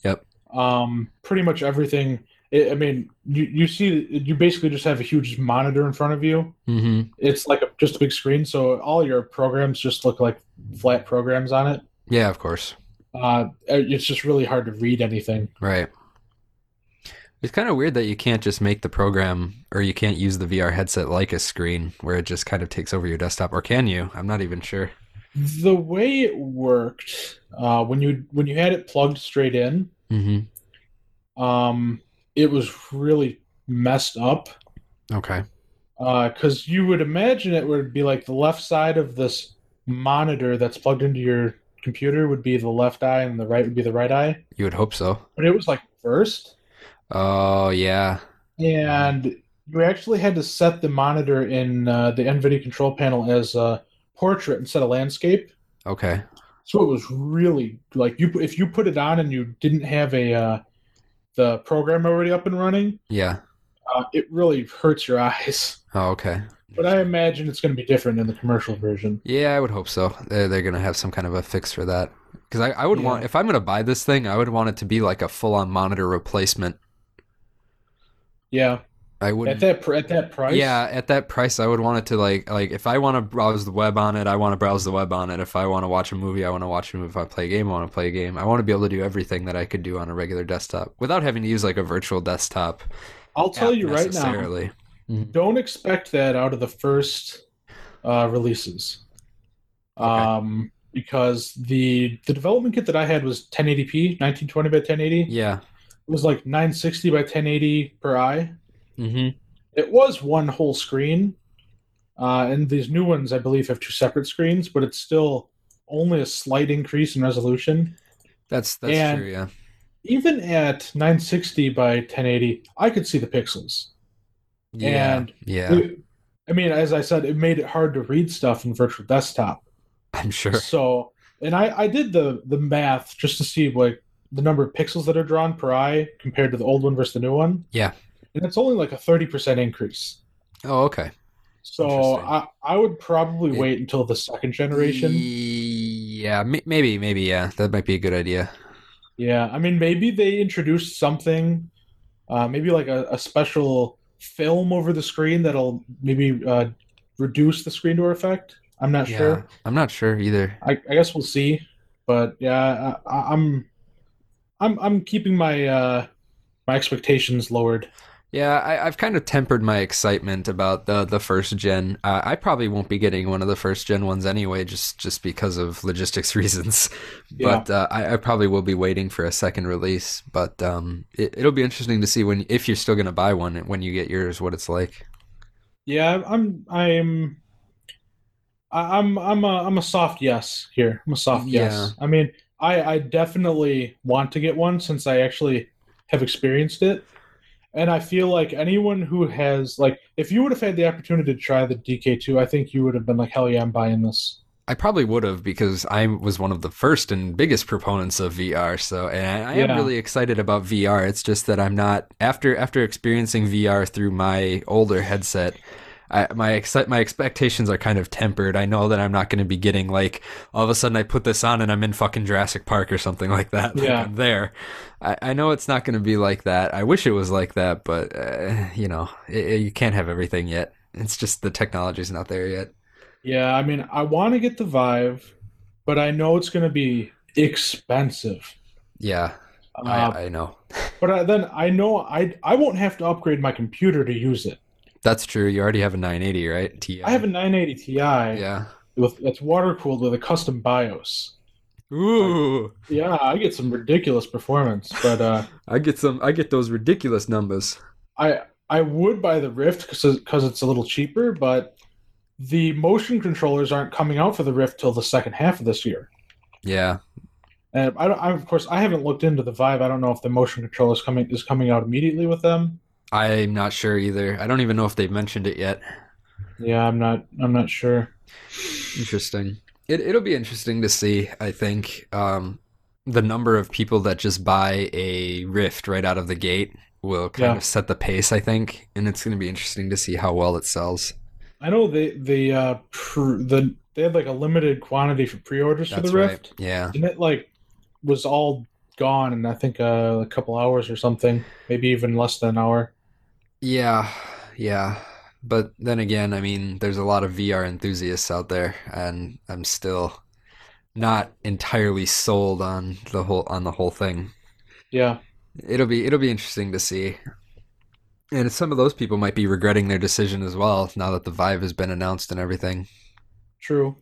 Yep. um pretty much everything i i mean you you see you basically just have a huge monitor in front of you hmm it's like a, just a big screen so all your programs just look like flat programs on it Yeah, of course. uh it's just really hard to read anything Right. It's kind of weird that you can't just make the program or you can't use the VR headset like a screen where it just kind of takes over your desktop. Or can you? I'm not even sure. the way it worked uh when you when you had it plugged straight in hmm Mm-hmm. um it was really messed up Okay. because you would imagine it would be like the left side of this monitor that's plugged into your computer would be the left eye and the right would be the right eye You would hope so. but it was like first Oh, yeah. and you actually had to set the monitor in uh, the nvidia control panel as a portrait instead of landscape Okay. so it was really like you if you put it on and you didn't have a uh, the program already up and running Yeah. uh, it really hurts your <laughs> eyes Oh, okay. but i imagine it's going to be different in the commercial version Yeah, I would hope so. They're, they're going to have some kind of a fix for that. Because I, I would Yeah. want, if I'm going to buy this thing, I would want it to be like a full on monitor replacement. yeah I wouldn't. at that pr- at that price. Yeah, at that price, I would want it to like like if I want to browse the web on it, I want to browse the web on it. If I want to watch a movie, I want to watch a movie. If I play a game, I want to play a game. I want to be able to do everything that I could do on a regular desktop without having to use like a virtual desktop. I'll tell app you right now. necessarily. Don't expect that out of the first uh, releases, um, because the the development kit that I had was 1080p, 1920 by 1080. Yeah. It was like 960 by 1080 per eye. Mm-hmm. It was one whole screen, uh, and these new ones I believe have two separate screens, but it's still only a slight increase in resolution. That's that's And- true. Yeah. Even at 960 by 1080, I could see the pixels. Yeah. and yeah. It- I mean, as I said, it made it hard to read stuff in virtual desktop. I'm <laughs> sure. So, and I, I did the the math just to see like the number of pixels that are drawn per eye compared to the old one versus the new one. Yeah. and it's only like a thirty percent increase. Oh, okay. So Interesting. I I would probably Yeah. wait until the second generation. Ye- Yeah, m- maybe, maybe, yeah. That might be a good idea. Yeah, I mean, maybe they introduce something, uh, maybe like a, a special film over the screen that'll maybe uh, reduce the screen door effect. I'm not yeah, sure. I'm not sure either. I, I guess we'll see. But yeah, I, I- I'm, I'm, I'm keeping my uh, my expectations lowered. Yeah, I, I've kind of tempered my excitement about the the first gen. Uh, I probably won't be getting one of the first gen ones anyway, just just because of logistics <laughs> reasons. Yeah. But uh, I, I probably will be waiting for a second release. But um, it, it'll be interesting to see when if you're still going to buy one when you get yours, what it's like. Yeah, I'm, I'm, I- I'm, I'm a, I'm a soft yes here. I'm a soft yes. I mean, I, I definitely want to get one since I actually have experienced it, and I feel like anyone who has, like, if you would have had the opportunity to try the DK2, I think you would have been like, hell yeah, I'm buying this. I probably would have because I was one of the first and biggest proponents of VR. So, and I, I am Yeah. really excited about VR. It's just that I'm not after after experiencing VR through my older headset. I, my excite my expectations are kind of tempered. I know that I'm not going to be getting like all of a sudden I put this on and I'm in fucking Jurassic Park or something like that. Like, Yeah. I'm there. I, I know it's not going to be like that. I wish it was like that, but uh, you know, it, it- you can't have everything yet. It's just the technology's not there yet. Yeah, I mean, I want to get the Vive, but I know it's going to be expensive. Yeah, Uh, I, I know. but I, then I know I I won't have to upgrade my computer to use it. That's true. You already have a 980, right? Ti. I have a 980 Ti Yeah. with that's water cooled with a custom BIOS. Ooh. Yeah, I get some ridiculous performance, but uh, <laughs> I get some. I get those ridiculous numbers. I I would buy the Rift because it's a little cheaper, but the motion controllers aren't coming out for the Rift till the second half of this year. Yeah. And I, don't, I of course I haven't looked into the Vive. I don't know if the motion controller is coming is coming out immediately with them. I'm not sure either. I don't even know if they've mentioned it yet. Yeah, I'm not I'm not sure. Interesting. It it'll be interesting to see. I think um, the number of people that just buy a Rift right out of the gate will kind Yeah. of set the pace. I think, and it's going to be interesting to see how well it sells. I know they they uh pr- the they had like a limited quantity for pre-orders for That's the right. Rift, Yeah. and it like was all gone in I think uh, a couple hours or something, maybe even less than an hour. Yeah, yeah. But then again, I mean, there's a lot of VR enthusiasts out there, and I'm still not entirely sold on the whole on the whole thing. Yeah, It'll be it'll be interesting to see. And some of those people might be regretting their decision as well now that the Vive has been announced and everything. true.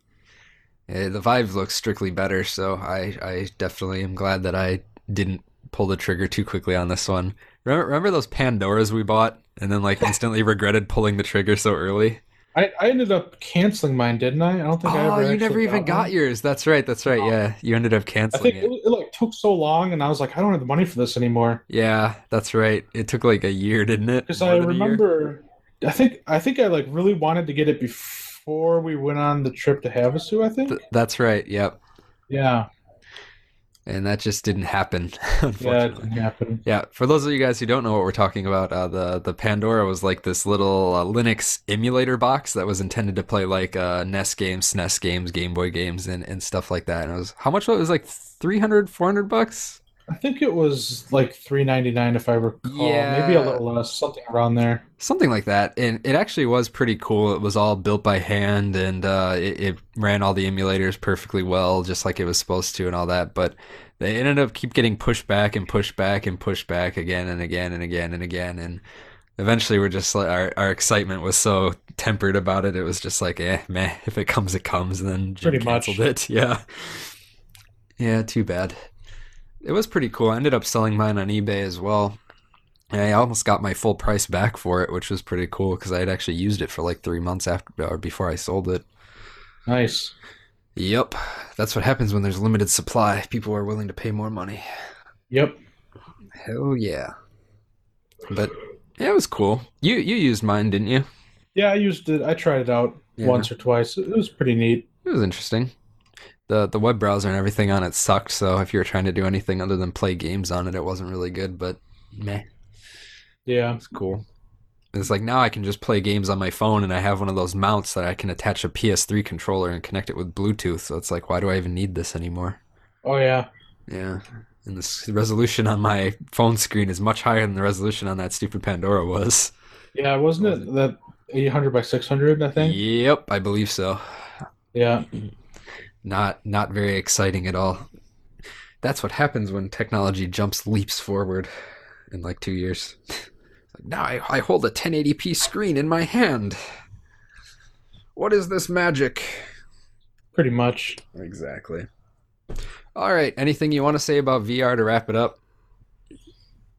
Eh, the Vive looks strictly better, so I I definitely am glad that I didn't pull the trigger too quickly on this one. Remember, remember those Pandoras we bought and then like instantly regretted pulling the trigger so early? I, I ended up canceling mine, didn't I? I don't think I Oh, ever. you actually never even got one. yours. That's right. That's right. Yeah, you ended up I think canceling it, it. it like took so long, and I was like, I don't have the money for this anymore. Yeah, that's right. It took like a year, didn't it? Because More I than a year? remember, I think I think I like really wanted to get it before we went on the trip to Havasu. I think. Th- that's right. Yep. yeah, And that just didn't happen, <laughs> yeah, it unfortunately. didn't happen. Yeah, for those of you guys who don't know what we're talking about, uh, the the Pandora was like this little uh, Linux emulator box that was intended to play like uh, NES games, SNES games, Game Boy games, and, and stuff like that. And it was how much? was It It was like 300, 400 bucks. I think it was like three ninety nine, if I recall. Maybe Yeah. a little less, something around there. something like that and it actually was pretty cool it was all built by hand and uh, it, it ran all the emulators perfectly well just like it was supposed to and all that but they ended up keep getting pushed back and pushed back and pushed back again and again and again and again and eventually we're just like our, our excitement was so tempered about it it was just like eh meh if it comes it comes and then Jim Pretty much. canceled it <laughs> yeah yeah too bad it was pretty cool i ended up selling mine on ebay as well and I almost got my full price back for it, which was pretty cool because I had actually used it for like three months after or before I sold it. Nice. Yep, that's what happens when there's limited supply. People are willing to pay more money. Yep. Hell yeah! But yeah, it was cool. You you used mine, didn't you? Yeah, I used it. I tried it out Yeah. once or twice. It was pretty neat. It was interesting. the The web browser and everything on it sucked. So if you were trying to do anything other than play games on it, it wasn't really good. But meh, Yeah. it's cool. And it's like now I can just play games on my phone and I have one of those mounts that I can attach a PS3 controller and connect it with Bluetooth. So it's like, why do I even need this anymore? Oh yeah. Yeah. And this resolution on my phone screen is much higher than the resolution on that stupid Pandora was. Yeah, wasn't it that 800 by 600, I think? Yep, I believe so. Yeah. Not not very exciting at all. That's what happens when technology jumps leaps forward in like two years. <laughs> Like, now I, I hold a 1080p screen in my hand. What is this magic? Pretty much. Exactly. All right. Anything you want to say about VR to wrap it up? <laughs>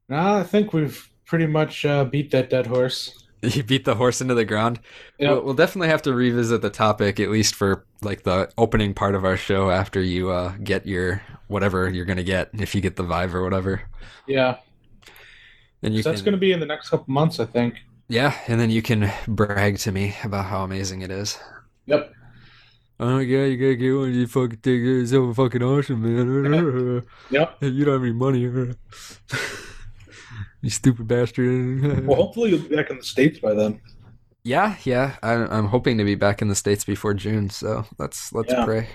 Nah, I think we've pretty much uh, beat that dead horse. You beat the horse into the ground. Yep. We'll, we'll definitely have to revisit the topic at least for like the opening part of our show after you uh, get your whatever you're gonna get if you get the Vive or whatever. Yeah. And So you that's can- going to be in the next couple months, I think. Yeah, and then you can brag to me about how amazing it is. Yep. Oh yeah, you gotta get one. You fucking take it. It's so fucking awesome, man. <laughs> Yep. you don't have any money. <laughs> you stupid bastard. Well, hopefully you'll be back in the States by then. yeah, yeah. I, I'm hoping to be back in the states before June. So let's let's Yeah. pray.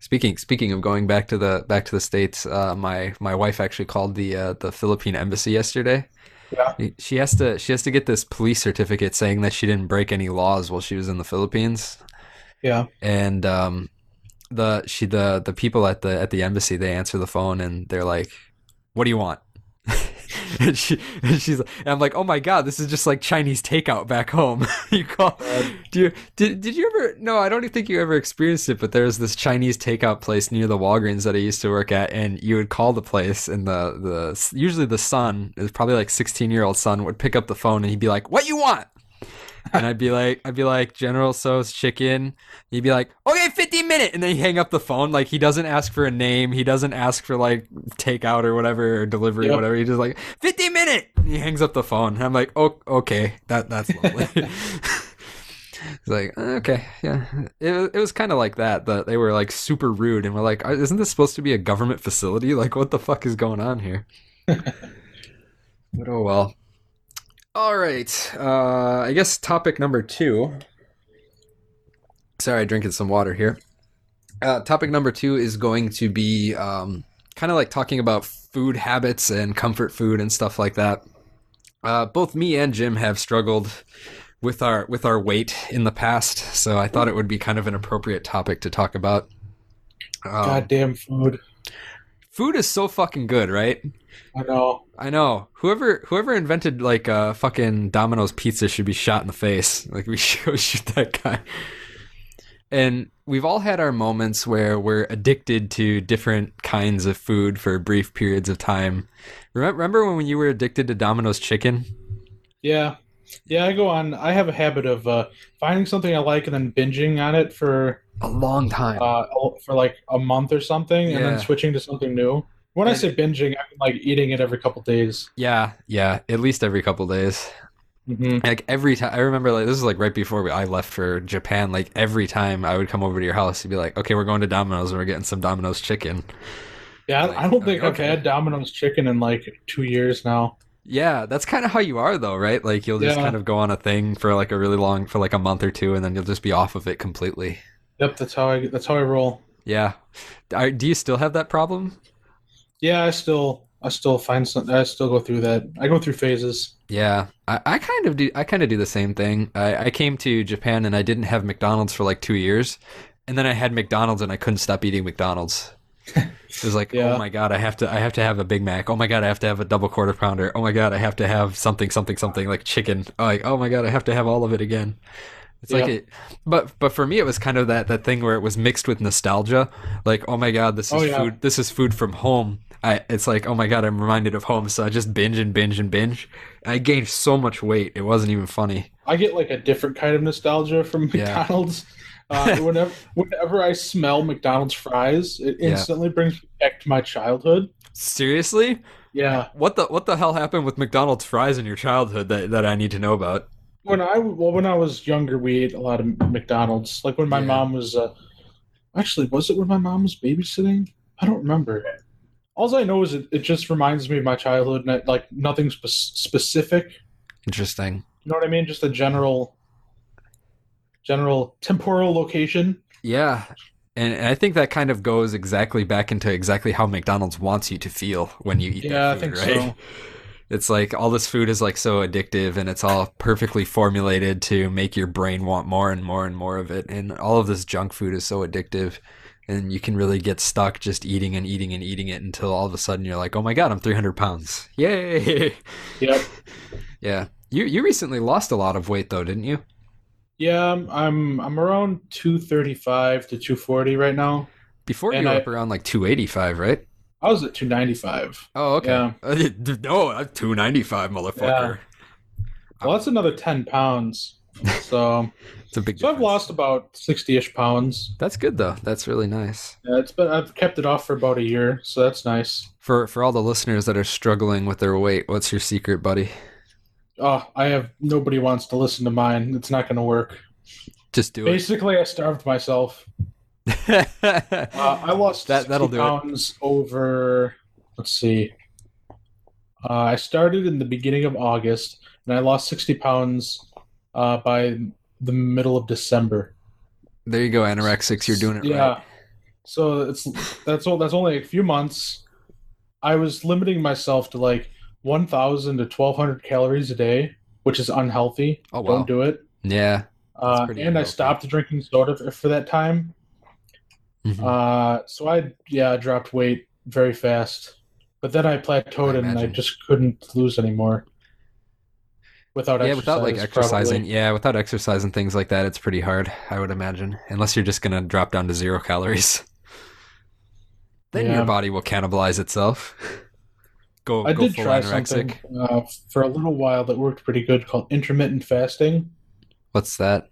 Speaking speaking of going back to the back to the states, uh, my my wife actually called the uh, the Philippine embassy yesterday. Yeah. She has to she has to get this police certificate saying that she didn't break any laws while she was in the Philippines. Yeah. and um, the she the the people at the at the embassy they answer the phone and they're like, "What do you want?" <laughs> and she and she's and I'm like, "Oh my god, this is just like Chinese takeout back home." <laughs> you call do you did did you ever? No, I don't think you ever experienced it, but there was this Chinese takeout place near the Walgreens that I used to work at, and you would call the place, and the the usually the son, it was probably like 16 year old son, would pick up the phone and he'd be like, "What you want?" and I'd be like, I'd be like, General So's chicken. He'd be like, okay, 15 minute. And then he hang up the phone. Like he doesn't ask for a name. He doesn't ask for like takeout or whatever, or delivery or Yep. whatever. He just like, 15 minute. And he hangs up the phone. I'm like, oh, okay. That, that's lovely. <laughs> It's like, okay, yeah. It, wa- it was kind of like that, that they were like super rude and we're like, "Uh, isn't this supposed to be a government facility? Like, what the fuck is going on here? but oh well. All right. Uh, I guess topic number two. Sorry, drinking some water here. Uh, topic number two is going to be um, kind of like talking about food habits and comfort food and stuff like that. Uh, both me and Jim have struggled with our with our weight in the past, so I thought it would be kind of an appropriate topic to talk about. Um, Goddamn food. food is so fucking good, right? I know. I know. Whoever whoever invented like uh fucking Domino's pizza should be shot in the face. <laughs> Like we should shoot that guy. And we've all had our moments where we're addicted to different kinds of food for brief periods of time. Remem- Remember when you were addicted to Domino's chicken? Yeah. Yeah, I go on. I have a habit of uh, finding something I like and then binging on it for A long time. uh, for like a month or something, and Yeah. then switching to something new. When I And- say binging, I mean like eating it every couple days. yeah, yeah, at least every couple days. Mm-hmm. like every time i remember like this is like right before we, i left for japan like every time i would come over to your house you'd be like okay we're going to domino's and we're getting some domino's chicken Yeah, Like, I don't think okay, I've had Domino's chicken in like two years now. yeah that's kind of how you are though right like you'll just Yeah. kind of go on a thing for like a really long for like a month or two and then you'll just be off of it completely Yep, that's how I that's how I roll. yeah Are, do you still have that problem Yeah, I still I still find some. I still go through that. I go through phases. yeah i, I kind of do i kind of do the same thing I, I came to japan and i didn't have mcdonald's for like two years and then i had mcdonald's and i couldn't stop eating mcdonald's It was like, <laughs> Yeah. oh my god, I have to, I have to have a Big Mac. Oh my god, I have to have a double quarter pounder. Oh my god, I have to have something, something, something like chicken. Like, oh my god, I have to have all of it again. It's like Yeah. it, but but for me, it was kind of that that thing where it was mixed with nostalgia. Like, oh my god, this is Oh, yeah. food. This is food from home. I, it's like, oh my god, I'm reminded of home. So I just binge and binge and binge. I gained so much weight, it wasn't even funny. I get like a different kind of nostalgia from Yeah. McDonald's. <laughs> Uh, whenever whenever I smell McDonald's fries, it Yeah. instantly brings me back to my childhood. Seriously, Yeah, what the what the hell happened with McDonald's fries in your childhood that that I need to know about? when I well when I was younger, we ate a lot of McDonald's. Like when my Yeah. mom was uh, actually was it when my mom was babysitting? I don't remember. All I know is it, it just reminds me of my childhood, and I, like nothing spe- specific. Interesting. You know what I mean? Just a general, general temporal location. Yeah. And, and I think that kind of goes exactly back into exactly how McDonald's wants you to feel when you eat Yeah, I that think food, right? so. It's like all this food is like so addictive and it's all perfectly formulated to make your brain want more and more and more of it. And all of this junk food is so addictive and you can really get stuck just eating and eating and eating it until all of a sudden you're like, oh my God, I'm 300 pounds. Yay. <laughs> Yep. yeah. You, you recently lost a lot of weight though, didn't you? Yeah, I'm I'm, I'm around two thirty five to two forty right now. Before And you were I- up around like 285, right? I was at two ninety five. Oh, okay. Yeah. Uh, d- d- <laughs> no, I'm 295, motherfucker. Well, that's another ten pounds. So It's a big so I've difference. lost about sixty ish pounds. That's good though. That's really nice. Yeah, it's been I've kept it off for about a year, so that's nice. For for all the listeners that are struggling with their weight, what's your secret, buddy? Oh, I have nobody wants to listen to mine. It's not going to work. Just do it. Basically, I starved myself. <laughs> Uh, I lost That- 60 that'll do it. pounds over. Let's see. Uh, I started in the beginning of August, and I lost sixty pounds uh, by the middle of December. there you go, anorexics. You're doing it yeah. right. So it's that's all. That's only a few months. I was limiting myself to like one thousand to twelve hundred calories a day, which is unhealthy. Oh wow. Don't do it. yeah. Uh, pretty and I unhealthy. stopped drinking soda for, for that time. Mhm. Uh, so I yeah I dropped weight very fast, but then I plateaued I and I imagine. just couldn't lose anymore. Without yeah, exercise, without like probably. exercising. Yeah, without exercise and things like that, it's pretty hard, I would imagine. Unless you're just gonna drop down to zero calories. <laughs> Then Yeah. your body will cannibalize itself. <laughs> go I go did full try anorexic. something uh, for a little while that worked pretty good called intermittent fasting. What's that?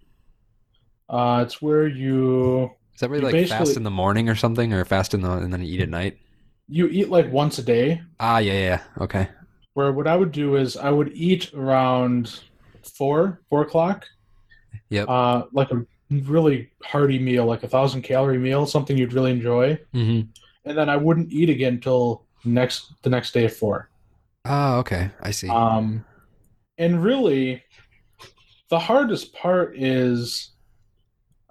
Uh, it's where you Is that where you You like fast basically- in the morning or something, or fast in the and then you eat at night? you eat like once a day. Ah, yeah, yeah, yeah. okay. Where what I would do is I would eat around four four o'clock, Yep. uh, like a really hearty meal, like a thousand calorie meal, something you'd really enjoy. Mm-hmm. and then I wouldn't eat again till next the next day at four. Ah, okay. I see. Um, and really, the hardest part is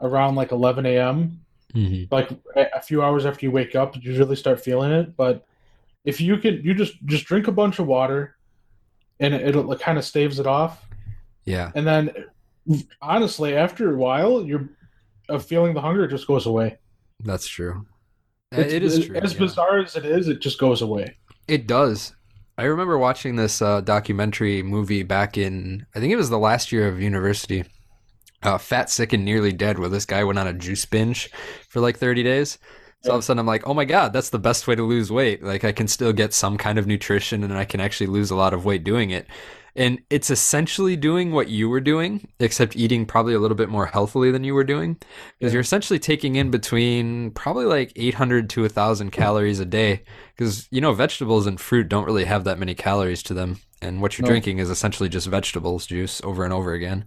around like 11 a.m. hmm Like a a few hours after you wake up, you really start feeling it. But if you can, you just just drink a bunch of water, and it, it'll kind of staves it off. Yeah. And then, honestly, after a while, you're of feeling the hunger just goes away. That's true. It's- It's, it is true. as yeah. bizarre as it is. It just goes away. It does. I remember watching this uh, documentary movie back in, I think it was the last year of university, uh, Fat, Sick, and Nearly Dead, where this guy went on a juice binge for like 30 days. So all of a sudden I'm like, oh my God, that's the best way to lose weight. Like I can still get some kind of nutrition and I can actually lose a lot of weight doing it. And it's essentially doing what you were doing, except eating probably a little bit more healthily than you were doing. Because Yeah. you're essentially taking in between probably like 800 to 1,000 calories a day because you know vegetables and fruit don't really have that many calories to them and what you're No. drinking is essentially just vegetables juice over and over again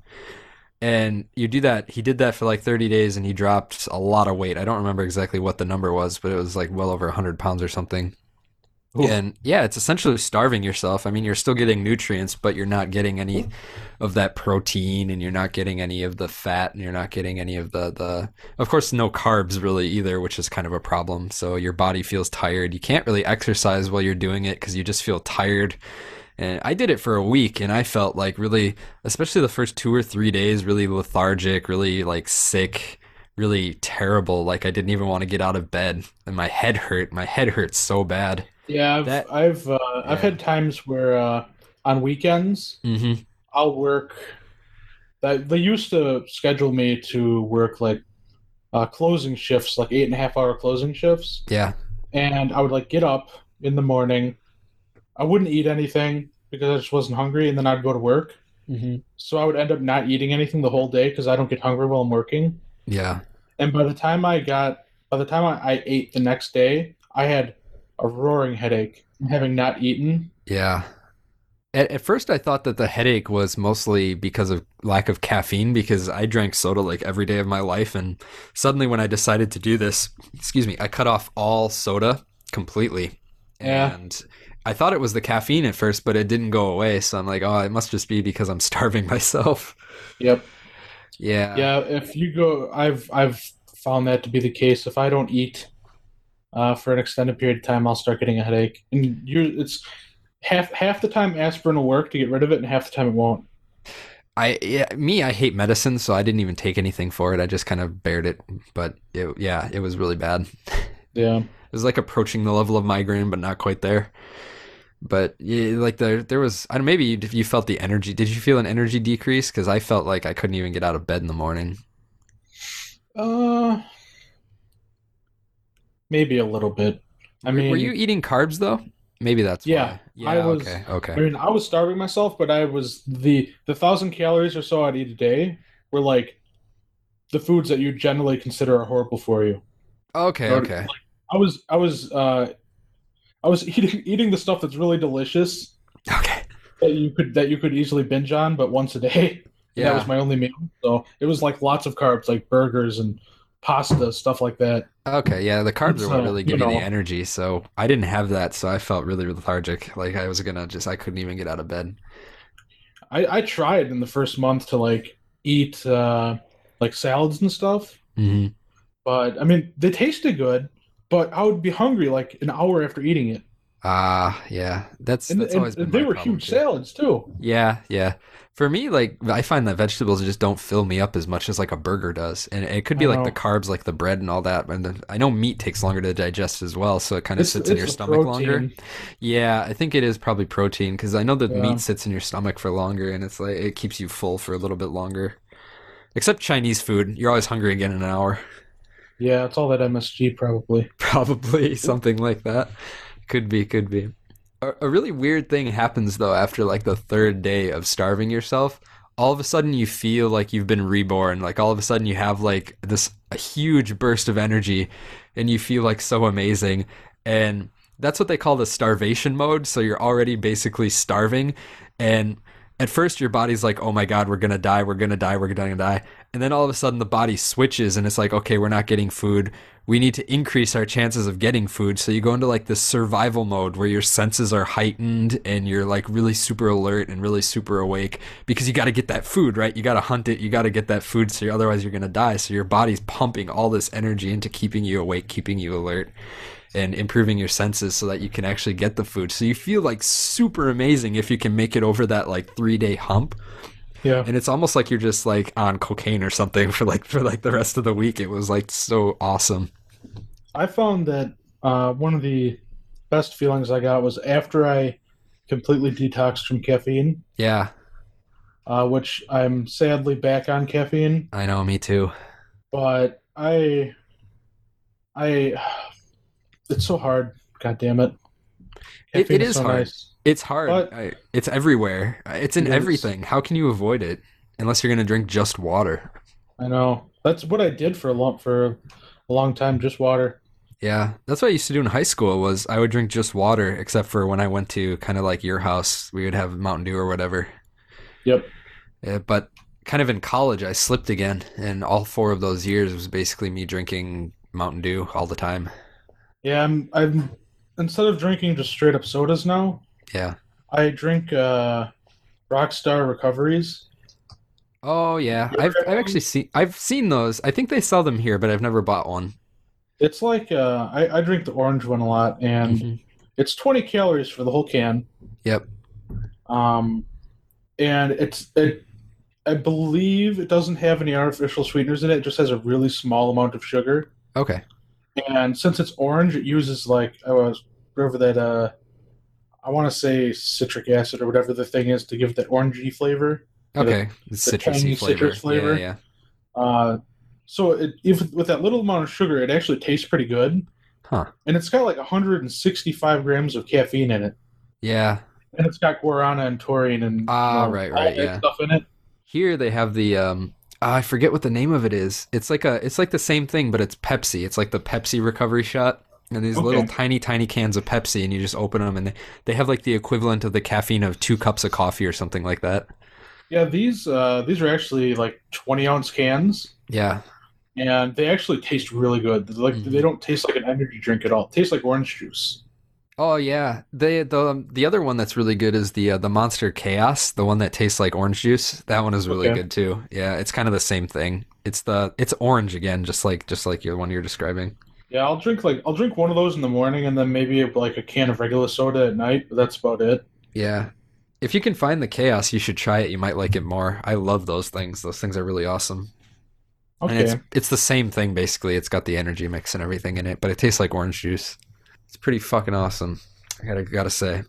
and you do that he did that for like 30 days and he dropped a lot of weight i don't remember exactly what the number was but it was like well over 100 pounds or something Ooh. and yeah it's essentially starving yourself i mean you're still getting nutrients but you're not getting any of that protein and you're not getting any of the fat and you're not getting any of the the of course no carbs really either which is kind of a problem so your body feels tired you can't really exercise while you're doing it because you just feel tired and i did it for a week and i felt like really especially the first two or three days really lethargic really like sick really terrible like i didn't even want to get out of bed and my head hurt my head hurts so bad Yeah, I've That- I've, uh, I've yeah. had times where uh, on weekends mm-hmm I'll work. That they used to schedule me to work like uh, closing shifts, like eight and a half hour closing shifts, yeah and I would like get up in the morning. I wouldn't eat anything because I just wasn't hungry, and then I'd go to work. mm-hmm. So I would end up not eating anything the whole day because I don't get hungry while I'm working. yeah And by the time I got, by the time I, I ate the next day, I had a roaring headache from having not eaten. Yeah. At, at first, I thought that the headache was mostly because of lack of caffeine because I drank soda like every day of my life. And suddenly, when I decided to do this, excuse me, I cut off all soda completely. Yeah. And I thought it was the caffeine at first, but it didn't go away. So I'm like, oh, it must just be because I'm <laughs> starving myself. Yep. Yeah. Yeah, if you go, I've I've found that to be the case. If I don't eat uh, for an extended period of time, I'll start getting a headache. And you, it's half half the time aspirin will work to get rid of it, and half the time it won't. I yeah, me, I hate medicine, so I didn't even take anything for it. I just kind of bared it. But it, yeah, it was really bad. Yeah, It was like approaching the level of migraine, but not quite there. But yeah, like there, there was. I don't, maybe you, you felt the energy. Did you feel an energy decrease? Because I felt like I couldn't even get out of bed in the morning. uh, maybe a little bit. I mean, were you eating carbs though? Maybe that's Yeah, why. I was- okay, I okay. mean, I was starving myself, but I was the the thousand calories or so I'd eat a day were like the foods that you generally consider are horrible for you. Okay, Or- okay. I was I was uh, I was <laughs> eating eating the stuff that's really delicious Okay. that you could that you could easily binge on, but once a day. <laughs> Yeah. That Yeah. was my only meal. So it was like lots of carbs, like burgers and pasta, stuff like that. Okay, yeah, the carbs are what So, really you give you know. the energy. So I didn't have that, so I felt really lethargic. Like I was gonna just, I couldn't even get out of bed. I, I tried in the first month to like eat uh, like salads and stuff, hmm but I mean they tasted good, but I would be hungry like an hour after eating it. Ah, yeah, that's And, that's and- always been and they my were problem, huge too. salads too. Yeah, yeah. For me, like I find that vegetables just don't fill me up as much as like a burger does, and it could be I like know. the carbs, like the bread and all that. And the, I know meat takes longer to digest as well, so it kind of It's- sits in it's your the stomach longer. protein. Yeah, I think it is probably protein because I know that Yeah. meat sits in your stomach for longer and it's like it keeps you full for a little bit longer. Except Chinese food, you're always hungry again in an hour. Yeah, it's all that MSG probably. <laughs> Probably something like that. Could be, could be. A, a really weird thing happens though after like the third day of starving yourself. All of a sudden you feel like you've been reborn. Like all of a sudden you have like this a huge burst of energy and you feel like so amazing. And that's what they call the starvation mode. So you're already basically starving. And at first your body's like, oh my God, we're going to die. We're going to die. We're going to die. And then all of a sudden the body switches and it's like, okay, we're not getting food we need to increase our chances of getting food. So you go into like this survival mode where your senses are heightened and you're like really super alert and really super awake because you got to get that food, right? You got to hunt it. You got to get that food. So you're, otherwise you're going to die. So your body's pumping all this energy into keeping you awake, keeping you alert and improving your senses so that you can actually get the food. So you feel like super amazing if you can make it over that like three day hump Yeah. and it's almost like you're just like on cocaine or something <laughs> for like for like the rest of the week it was like so awesome I found that uh, one of the best feelings I got was after I completely detoxed from caffeine, yeah uh, which I'm sadly back on caffeine, I know, me too. but I, I, <sighs> it's so hard. God damn it. It- it Caffeine is hard. nice. It's hard. But- I, it's everywhere. It's in It is. everything. How can you avoid it unless you're going to drink just water? I know. That's what I did for a long for a long time. Just water. Yeah, that's what I used to do in high school. Was I would drink just water, except for when I went to kind of like your house, we would have Mountain Dew or whatever. Yep. Uh, but kind of in college, I slipped again, and all four of those years was basically me drinking Mountain Dew all the time. Yeah. I'm. I'm. Instead of drinking just straight up sodas now, Yeah. I drink uh, Rockstar Recoveries. Oh yeah, I've I've actually seen I've seen those. I think they sell them here, but I've never bought one. It's like uh, I, I drink the orange one a lot, and Mhm. it's 20 calories for the whole can. Yep. Um, and it's it, I believe it doesn't have any artificial sweeteners in it. It just has a really small amount of sugar. Okay. And since it's orange, it uses like I was whatever that uh, I want to say citric acid or whatever the thing is to give that orangey flavor. the- Okay. It's the tangy citrusy flavor. citrus flavor. Yeah, yeah. Uh, so it, if with that little amount of sugar, it actually tastes pretty good. Huh. And it's got like 165 grams of caffeine in it, Yeah. and it's got guarana and taurine and Ah, right, all right, that yeah. stuff in it. Here they have the um ah, I forget what the name of it is. It's like a it's like the same thing but it's Pepsi. It's like the Pepsi recovery shot. And these Okay. little tiny tiny cans of Pepsi and you just open them and they, they have like the equivalent of the caffeine of 2 cups of coffee or something like that. Yeah, these uh, these are actually like 20 ounce cans, Yeah. and they actually taste really good. They're Like Mhm. they don't taste like an energy drink at all. It tastes like orange juice. Oh yeah, the the the other one that's really good is the uh, the Monster Chaos, the one that tastes like orange juice. That one is really Okay. good too. Yeah, it's kind of the same thing. It's the it's orange again, just like just like your one you're describing. Yeah, I'll drink like I'll drink one of those in the morning, and then maybe like a can of regular soda at night. But that's about it. Yeah, if you can find the Chaos, you should try it. You might like it more. I love those things. Those things are really awesome. Okay. And it's it's the same thing basically. It's got the energy mix and everything in it, but it tastes like orange juice. It's pretty fucking awesome. I gotta gotta say.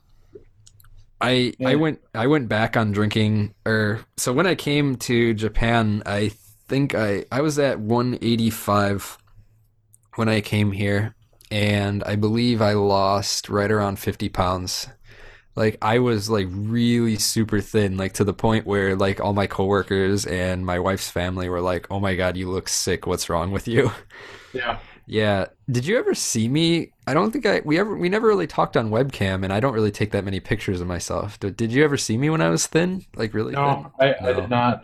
I Yeah. I went I went back on drinking or so when I came to Japan, I think I I was at 185 when I came here and I believe I lost right around 50 pounds. Like I was like really super thin, like to the point where like all my coworkers and my wife's family were like, "Oh my God, you look sick. What's wrong with you?" yeah. Yeah. Did you ever see me? I don't think I we ever we never really talked on webcam, and I don't really take that many pictures of myself. Did, did you ever see me when I was thin? Like really thin? No, I, I No. did not.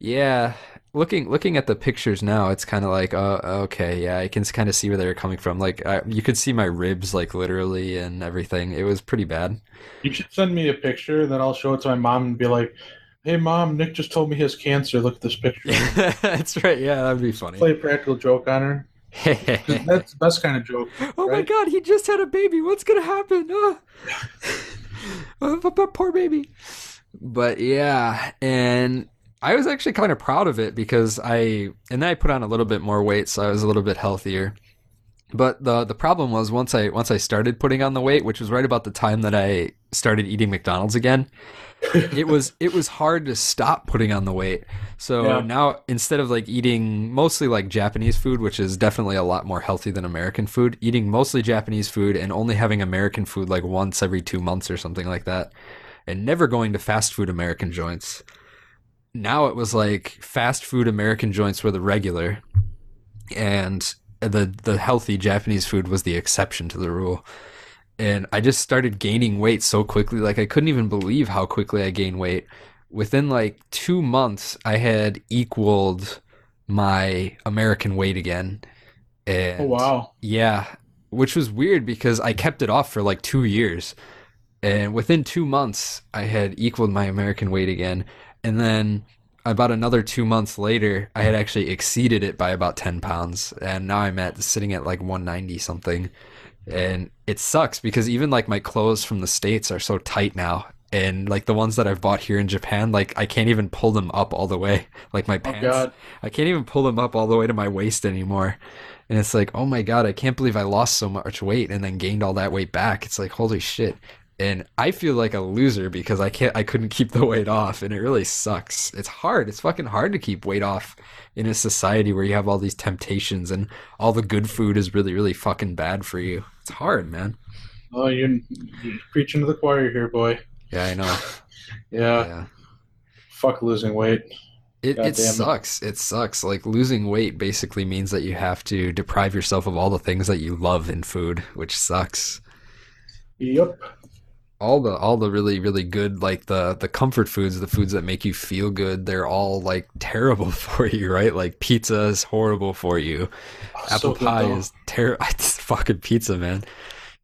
Yeah, looking looking at the pictures now, it's kind of like, oh, okay, yeah, I can kind of see where they were coming from. Like I, you could see my ribs, like literally, and everything. It was pretty bad. You should send me a picture, then I'll show it to my mom and be like, "Hey, mom, Nick just told me he has cancer. Look at this picture." <laughs> That's right. Yeah, that'd be funny. <laughs> <laughs> Play a practical joke on her. 'Cause That's the best kind of joke. Oh my right? God, he just had a baby. What's gonna happen? <laughs> Ah. Oh, p- p- poor baby. But yeah, and I was actually kind of proud of it because I and then I put on a little bit more weight, so I was a little bit healthier. But the the problem was once I once I started putting on the weight, which was right about the time that I started eating McDonald's again, it was it was hard to stop putting on the weight. So Yeah. now instead of like eating mostly like Japanese food, which is definitely a lot more healthy than American food, eating mostly Japanese food and only having American food like once every 2 months or something like that and never going to fast food American joints. Now it was like fast food American joints were the regular and the the healthy Japanese food was the exception to the rule. And I just started gaining weight so quickly, like I couldn't even believe how quickly I gained weight. Within like two months, I had equaled my American weight again. And Oh wow. yeah, which was weird because I kept it off for like two years. And within two months, I had equaled my American weight again. And then about another two months later, I had actually exceeded it by about 10 pounds. And now I'm at sitting at like 190 something. And it sucks because even like my clothes from the States are so tight now. And like the ones that I've bought here in Japan, like I can't even pull them up all the way. Like my Oh pants. god. I can't even pull them up all the way to my waist anymore. And it's like, oh my God, I can't believe I lost so much weight and then gained all that weight back. It's like, holy shit. And I feel like a loser because I can't I couldn't keep the weight off and it really sucks. It's hard. It's fucking hard to keep weight off in a society where you have all these temptations and all the good food is really, really fucking bad for you. It's hard, man. Oh, you're, you're preaching to the choir here, boy. Yeah, I know. Yeah. Yeah. Fuck losing weight. It, God it damn it. sucks. It sucks. Like losing weight basically means that you have to deprive yourself of all the things that you love in food, which sucks. Yep. All the all the really really good like the the comfort foods, the foods that make you feel good, they're all like <laughs> terrible for you, right? Like pizza is horrible for you. So Apple good, pie though. is <laughs> terrible. fucking pizza, man.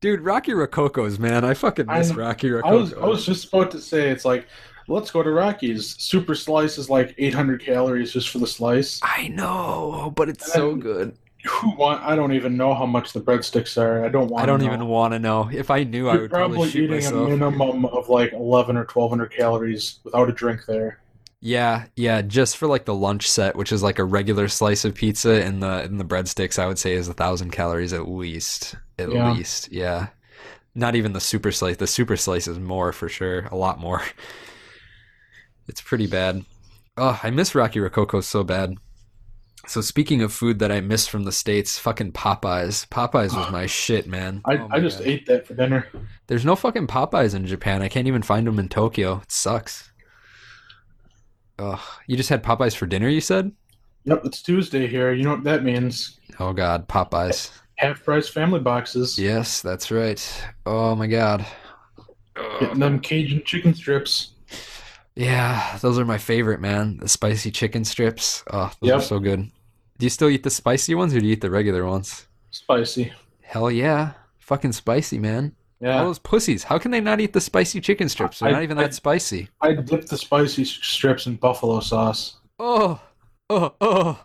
Dude, Rocky Rococo's, man. I fucking I miss know. Rocky I was Rococo. I was just about to say it's like, let's go to Rockies. Super slice is like 800 calories just for the slice. I know, but it's so good. Who want? I don't even know how much the breadsticks are. I don't want. I don't to even know. want to know. If I knew, I You're would probably, probably shoot eating myself. a minimum of like 11 or 1200 calories without a drink there. Yeah, yeah, just for like the lunch set, which is like a regular slice of pizza and the and the breadsticks, I would say is a thousand calories at least. At Yeah. least, yeah. Not even the super slice. The super slice is more for sure, a lot more. It's pretty bad. Oh, I miss Rocky Rococo so bad. So speaking of food that I miss from the States, fucking Popeyes. Popeyes <sighs> was my shit, man. I, Oh my I just God. ate that for dinner. There's no fucking Popeyes in Japan. I can't even find them in Tokyo. It sucks. Ugh. You just had Popeyes for dinner, you said? Yep, it's Tuesday here. You know what that means? Oh god, Popeyes. Half price family boxes. Yes, that's right. Oh my god. Getting them Cajun chicken strips. Yeah, those are my favorite, man. The spicy chicken strips. Oh, those are Yep. so good. Do you still eat the spicy ones or do you eat the regular ones? Spicy. Hell yeah. Fucking spicy, man. All Yeah, those pussies. How can they not eat the spicy chicken strips? They're I- not even I- that spicy. I dipped the spicy strips in buffalo sauce. Oh, oh, oh,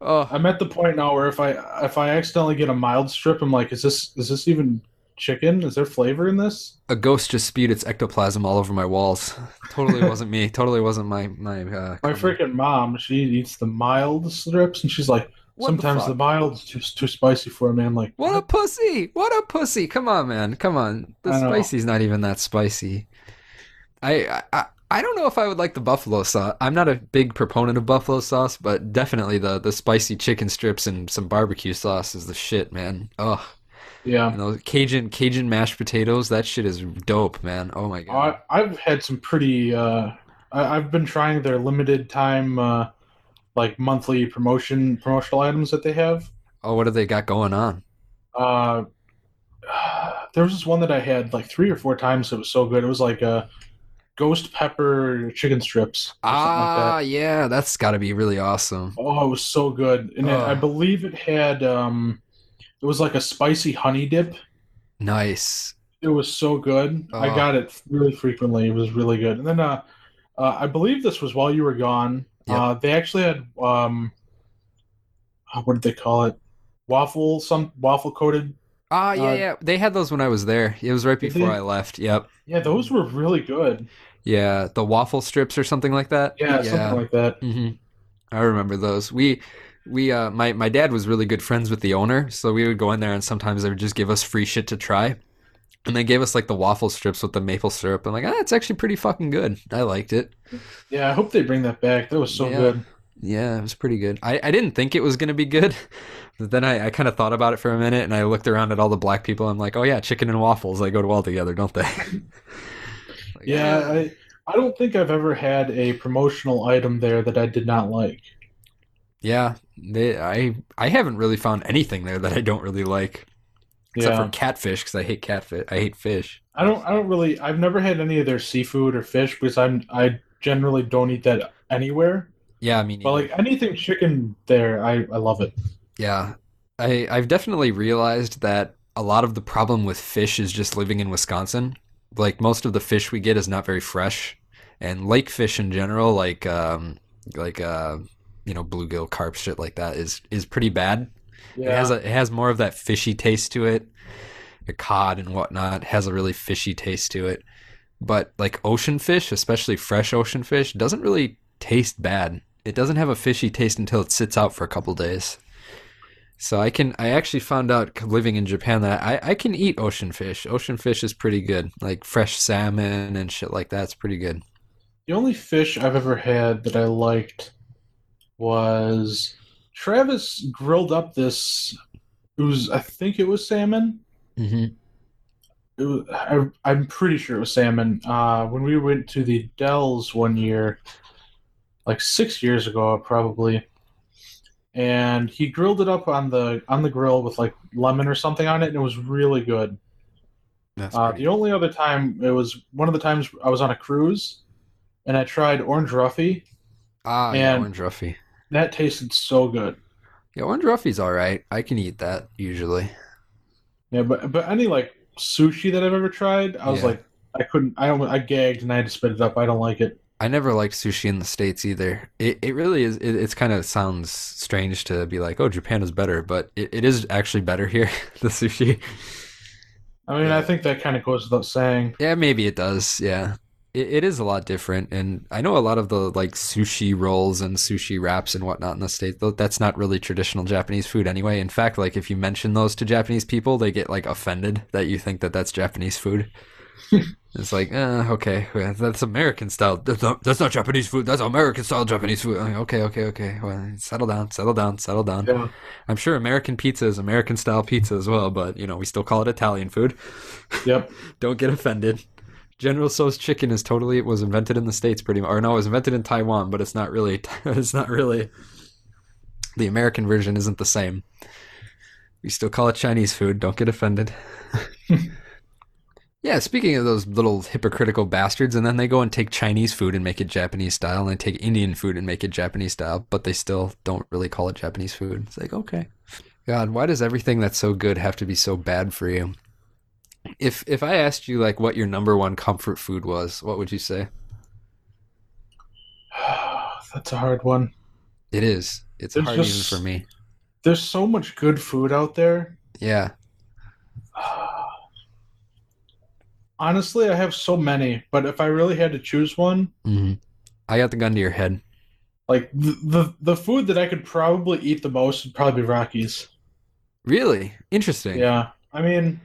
oh. I'm at the point now where if I if I accidentally get a mild strip, I'm like, is this is this even chicken? Is there flavor in this? A ghost just spewed its ectoplasm all over my walls. Totally <laughs> wasn't me. Totally wasn't my my. Uh, My comment. freaking mom, she eats the mild strips, and she's like, What the sometimes the, fuck? mild's too too spicy for me. I'm like, uh, What a pussy! What a pussy! Come on, man. Come on. The I know. spicy's not even that spicy. I I- I I don't know if I would like the buffalo sauce. I'm not a big proponent of buffalo sauce, but definitely the the spicy chicken strips and some barbecue sauce is the shit, man. Ugh. yeah. And those Cajun Cajun mashed potatoes, that shit is dope, man. Oh my god. I, I've had some pretty. Uh, I, I've been trying their limited time, uh, like monthly promotion promotional items that they have. Oh, what have they got going on? Uh, <sighs> there was this one that I had like three or four times. It was so good. It was like a ghost pepper chicken strips. or something like that. Ah, yeah, that's got to be really awesome. Oh, it was so good, and it, Ugh. I believe it had um, it was like a spicy honey dip. Nice. It was so good. I Ugh. got it really frequently. It was really good. And then uh, uh I believe this was while you were gone. Yep. Uh, they actually had um, uh, what did they call it? Waffle some waffle coated. Ah, yeah, Uh, yeah. They had those when I was there. It was right Did before they? I left. Yep. Yeah, those were really good. Yeah, the waffle strips or something like that. Yeah, something like that. hmm I remember those. We we uh my my dad was really good friends with the owner, so we would go in there and sometimes they would just give us free shit to try. And they gave us like the waffle strips with the maple syrup. I'm like, ah, it's actually pretty fucking good. I liked it. Yeah, I hope they bring that back. That was so Yeah. good. Yeah, it was pretty good. I, I didn't think it was going to be good, <laughs> but then I, I kind of thought about it for a minute and I looked around at all the black people. I'm like, oh, yeah, chicken and waffles, they go well together, don't they? <laughs> Like, Yeah, ah. I I don't think I've ever had a promotional item there that I did not like. Yeah, they, I, I haven't really found anything there that I don't really like, except yeah. for catfish because I hate catfish. I hate fish. I don't I don't really I've never had any of their seafood or fish because I'm I generally don't eat that anywhere. Yeah, I mean, But like anything chicken there, I, I love it. Yeah. I I've definitely realized that a lot of the problem with fish is just living in Wisconsin. Like most of the fish we get is not very fresh. And lake fish in general, like um like uh you know, bluegill carp shit like that is is pretty bad. Yeah. It has a, it has more of that fishy taste to it. The cod and whatnot has a really fishy taste to it. But like ocean fish, especially fresh ocean fish, doesn't really taste bad. It doesn't have a fishy taste until it sits out for a couple days. So I can I actually found out c- living in Japan that I, I can eat ocean fish. Ocean fish is pretty good. Like fresh salmon and shit like that's pretty good. the only fish I've ever had that I liked was Travis grilled up this it was I think it was salmon. Mm-hmm. It was, I, I'm pretty sure it was salmon. Uh, when we went to the Dells one year, like six years ago, probably, and he grilled it up on the on the grill with like lemon or something on it, and it was really good. That's Uh, pretty the only other time it was one of the times I was on a cruise, and I tried orange ruffy. Ah, yeah, and- orange roughy. That tasted so good. Yeah, orange roughy's all right. I can eat that usually. Yeah, but but any like sushi that I've ever tried, I was Yeah. like, I couldn't. I almo- I gagged and I had to spit it up. I don't like it. I never liked sushi in the States either. It it really is it, it's kind of sounds strange to be like, oh, Japan is better, but it, it is actually better here, <laughs> the sushi. I mean, Yeah. I think that kind of goes without saying. Yeah, maybe it does. Yeah. It, it is a lot different and I know a lot of the like sushi rolls and sushi wraps and whatnot in the States, though that's not really traditional Japanese food anyway. In fact, like if you mention those to Japanese people, they get like offended that you think that that's Japanese food. It's like, uh, okay, well, that's American style. That's not, that's not Japanese food. That's American style Japanese food. I'm like, okay, okay, okay. Well, settle down, settle down, settle down. Yeah. I'm sure American pizza is American style pizza as well, but you know, we still call it Italian food. Yep. <sighs> Don't get offended. General So's chicken is totally it was invented in the states pretty much. Or no, it was invented in Taiwan, but it's not really <laughs> it's not really the American version isn't the same. We still call it Chinese food. Don't get <laughs> offended. yeah, speaking of those little hypocritical bastards, and then they go and take Chinese food and make it Japanese style, and they take Indian food and make it Japanese style, but they still don't really call it Japanese food. It's like, okay. God, why does everything that's so good have to be so bad for you? If if I asked you like what your number one comfort food was, what would you say? That's a hard one. It is. It's There's hard just- even for me. There's so much good food out there. <sighs> Yeah. Honestly, I have so many, but if I really had to choose one, Mhm. I got the gun to your head. like the the, the food that I could probably eat the most would probably be Rockies. Really interesting. Yeah, I mean,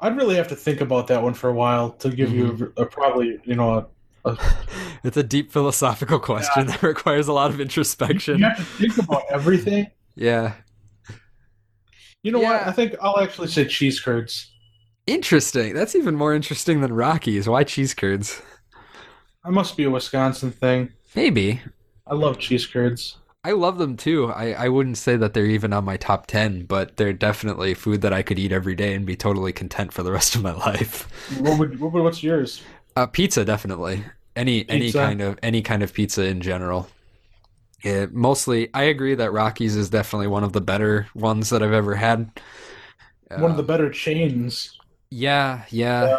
I'd really have to think about that one for a while to give you a, a probably you know <laughs> It's a deep philosophical question that <laughs> requires a lot of a, you introspection. have to think about everything. Yeah. You know what? Yeah. I think I'll actually say cheese curds. Interesting. That's even more interesting than Rockies. Why cheese curds? I must be a Wisconsin thing. Maybe. I love cheese curds. I love them too. I, I wouldn't say that they're even on my top 10, but they're definitely food that I could eat every day and be totally content for the rest of my <laughs> life. What would, what would what's yours? Uh, pizza definitely. Any any Pizza. kind of any kind of pizza in general. Yeah, mostly I agree that Rockies is definitely one of the better ones that I've ever had. one of the Uh, better chains. yeah, yeah.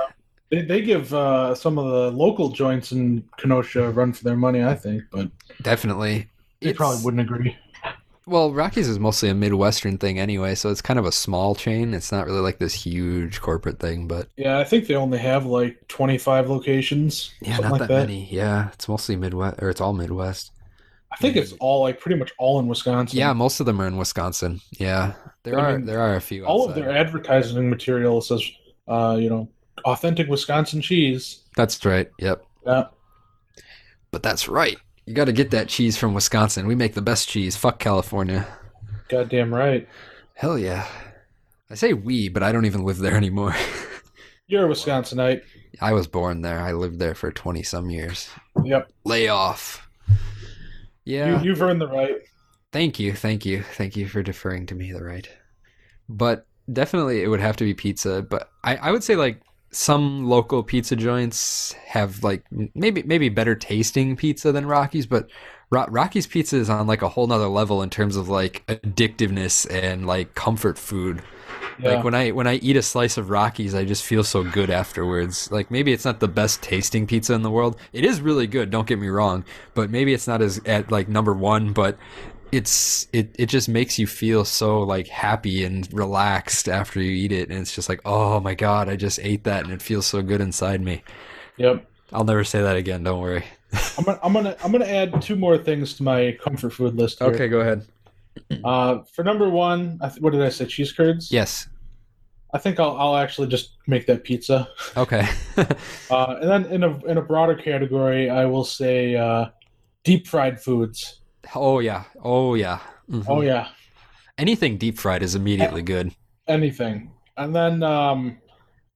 They, they give uh, some of the local joints in Kenosha a run for their money, I think, but Definitely. they It's- probably wouldn't agree. Well, Rockies is mostly a Midwestern thing anyway, so it's kind of a small chain. It's not really like this huge corporate thing, but Yeah, I think they only have like 25 locations. yeah, something not like that, many. Yeah, it's mostly Midwest, or it's all Midwest. I think it's all like pretty much all in Wisconsin. Yeah, most of them are in Wisconsin. Yeah, there I are mean, there are a few. all of outside. their advertising material says, uh, you know, authentic Wisconsin cheese. That's right. Yep. Yeah. But that's right. You got to get that cheese from Wisconsin. We make the best cheese. Fuck California. Goddamn right. Hell yeah. I say we, but I don't even live there anymore. <laughs> You're a Wisconsinite. I was born there. I lived there for 20 some years. Yep. Lay off. Yeah. You, you've earned the right. Thank you, thank you, thank you for deferring to me the right. But definitely, it would have to be pizza. But I, I would say like some local pizza joints have like m- maybe maybe better tasting pizza than Rocky's, but Ro- Rocky's pizza is on like a whole nother level in terms of like addictiveness and like comfort food. Yeah. Like when I when I eat a slice of Rockies, I just feel so good afterwards. Like maybe it's not the best tasting pizza in the world. It is really good, don't get me wrong, but maybe it's not as at like number 1, but it's it it just makes you feel so like happy and relaxed after you eat it and it's just like, "Oh my god, I just ate that and it feels so good inside me." yep. I'll never say that again, don't worry. I'm gonna, I'm gonna I'm gonna add two more things to my comfort food list. Here. go ahead. Uh, for number one, I th- what did I say? Cheese curds. Yes. I think I'll, I'll actually just make that pizza. Okay. <laughs> Uh, and then in a in a broader category, I will say uh, deep fried foods. oh yeah. Oh yeah. Mhm. Oh yeah, Anything deep fried is immediately good. anything. And then um,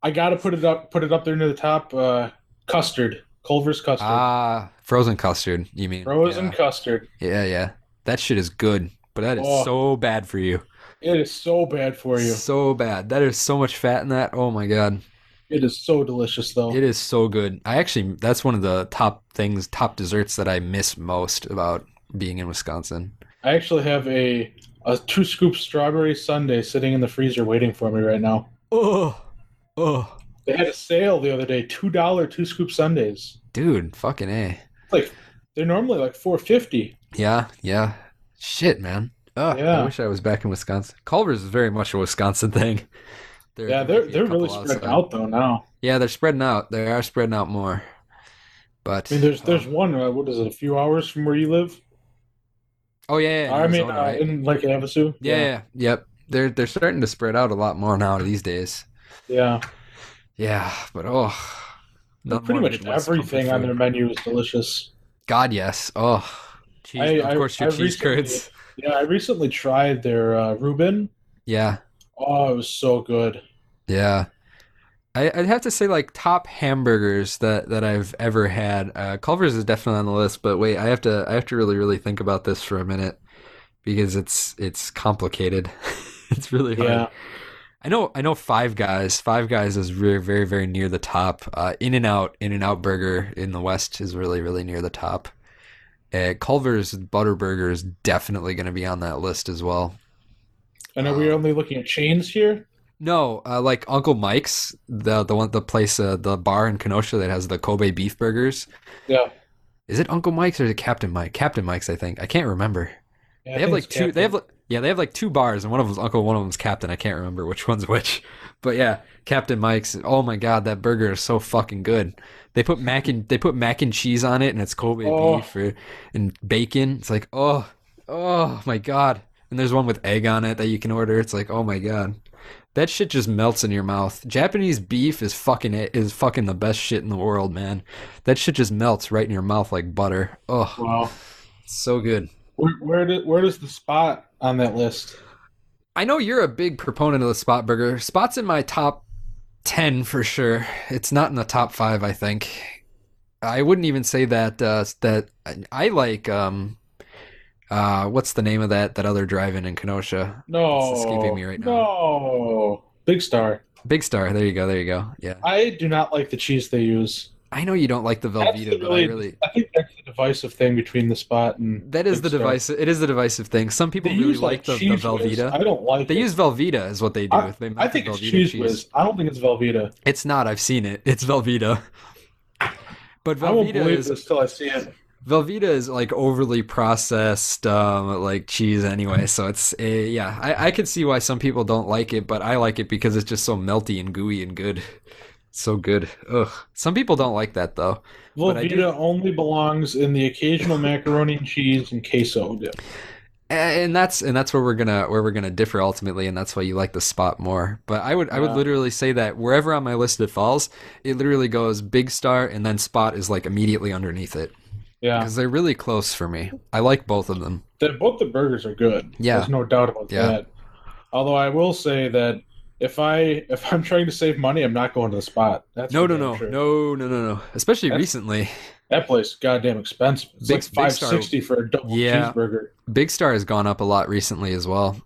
I gotta put it up put it up there near the top. Uh, custard, Culver's custard, Ah, frozen custard. You mean frozen Yeah. custard. yeah, yeah. That shit is good, but that is Oh. so bad for you. It is so bad for you. So bad. That is so much fat in that. Oh my god, It is so delicious though. it is so good. I actually, that's one of the top things, top desserts that I miss most about being in Wisconsin. I actually have a a two scoop strawberry sundae sitting in the freezer waiting for me right now. Oh, oh, They had a sale the other day, two dollar two scoop sundaes. dude, fucking a. Like they're normally like four fifty. Yeah, yeah. Shit, man. Ugh, I Yeah. wish I was back in Wisconsin. Culver's is very much a Wisconsin <laughs> thing. There- Yeah, there might be a they're they're couple really spread outside. out though now. Yeah, they're spreading out. They are spreading out more. But I mean, there's there's uh, one. Uh, what is it? A few hours from where you live? oh yeah, yeah, in I mean, Arizona, uh, right? in like Havasu. yeah, yeah, yep. They're they're starting to spread out a lot more now these days. yeah. Yeah, but oh, But none pretty more much Midwest everything comfort on their food. menu is delicious. God, yes. Oh, cheese. I- of I- course, your I cheese curds. Yeah, I recently tried their uh, Reuben. Yeah, Oh, it was so good. yeah. I, I'd have to say like top hamburgers that that I've ever had. Uh, Culver's is definitely on the list, but wait, I have to I have to really really think about this for a minute because it's it's complicated. <laughs> it's really hard. Yeah, I know, I know. Five Guys, Five Guys is very, very, very near the top. Uh, In and Out, In and Out Burger in the West is really, really near the top. Uh, Culver's Butter Burger is definitely going to be on that list as well. and are we Um, only looking at chains here? No, uh, like Uncle Mike's, the the one the place uh, the bar in Kenosha that has the Kobe beef burgers. Yeah. Is it Uncle Mike's or is it Captain Mike? Captain Mike's, I think. I can't remember. Yeah, I they have think like it's two. They have Captain. like, yeah, they have like two bars, and one of them's Uncle, one of them's Captain. I can't remember which <laughs> one's which, but yeah, Captain Mike's. Oh my God, that burger is so fucking good. They put mac and they put mac and cheese on it, and it's Kobe Oh. beef or, and bacon. It's like oh, oh my God. And there's one with egg on it that you can order. It's like oh my God, that shit just melts in your mouth. Japanese beef is fucking it is fucking the best shit in the world, man. That shit just melts right in your mouth like butter. Oh, Wow. so good. Where where, do, where does the spot on that list? I know you're a big proponent of the spot burger. Spot's in my top 10 for sure. It's not in the top 5, I think. I wouldn't even say that uh that I like um uh what's the name of that that other drive-in in Kenosha? No. It's escaping me right now. No. Big Star. Big Star. There you go. There you go. Yeah. I do not like the cheese they use. I know you don't like the Velveeta, but I Absolutely. really I think that's the divisive thing between the spot and that is Big the Star. divisive it is the divisive thing. Some people They really use like, the, the cheese whiz. Velveeta. I don't like. They it. use Velveeta is what they do. they make I the think it's Velveeta cheese whiz. I don't think it's Velveeta. It's not. I've seen it. It's Velveeta. But I won't Velveeta believe is this till I <laughs> see it. Velveeta is like overly processed, um, like cheese anyway. So it's uh, yeah. I I can see why some people don't like it, but I like it because it's just so melty and gooey and good. So good. Ugh. Some people don't like that though. But I do- Velveeta only belongs in the occasional macaroni and cheese and queso dip. and that's and that's where we're gonna where we're gonna differ ultimately and that's why you like the spot more but i would i would Yeah. literally say that wherever on my list it falls it literally goes big star and then spot is like immediately underneath it Yeah, because they're really close for me i like both of them the, both the burgers are good. Yeah. there's no doubt about Yeah. that. Although I will say that if I if I'm trying to save money, I'm not going to the spot. That's no for no damn no sure. no no no no especially That's- recently That place is goddamn expensive. It's Big- like Big Star- five sixty for a double Yeah. cheeseburger. big star has gone up a lot recently as well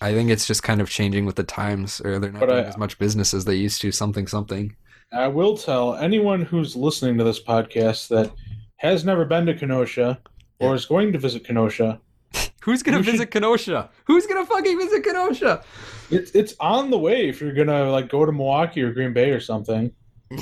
i think it's just kind of changing with the times or they're not But I- doing as much business as they used to something something I will tell anyone who's listening to this podcast that has never been to Kenosha or is going to visit Kenosha. who's gonna You should- visit kenosha who's gonna fucking visit kenosha It's it's on the way if you're gonna like go to Milwaukee or Green Bay or something.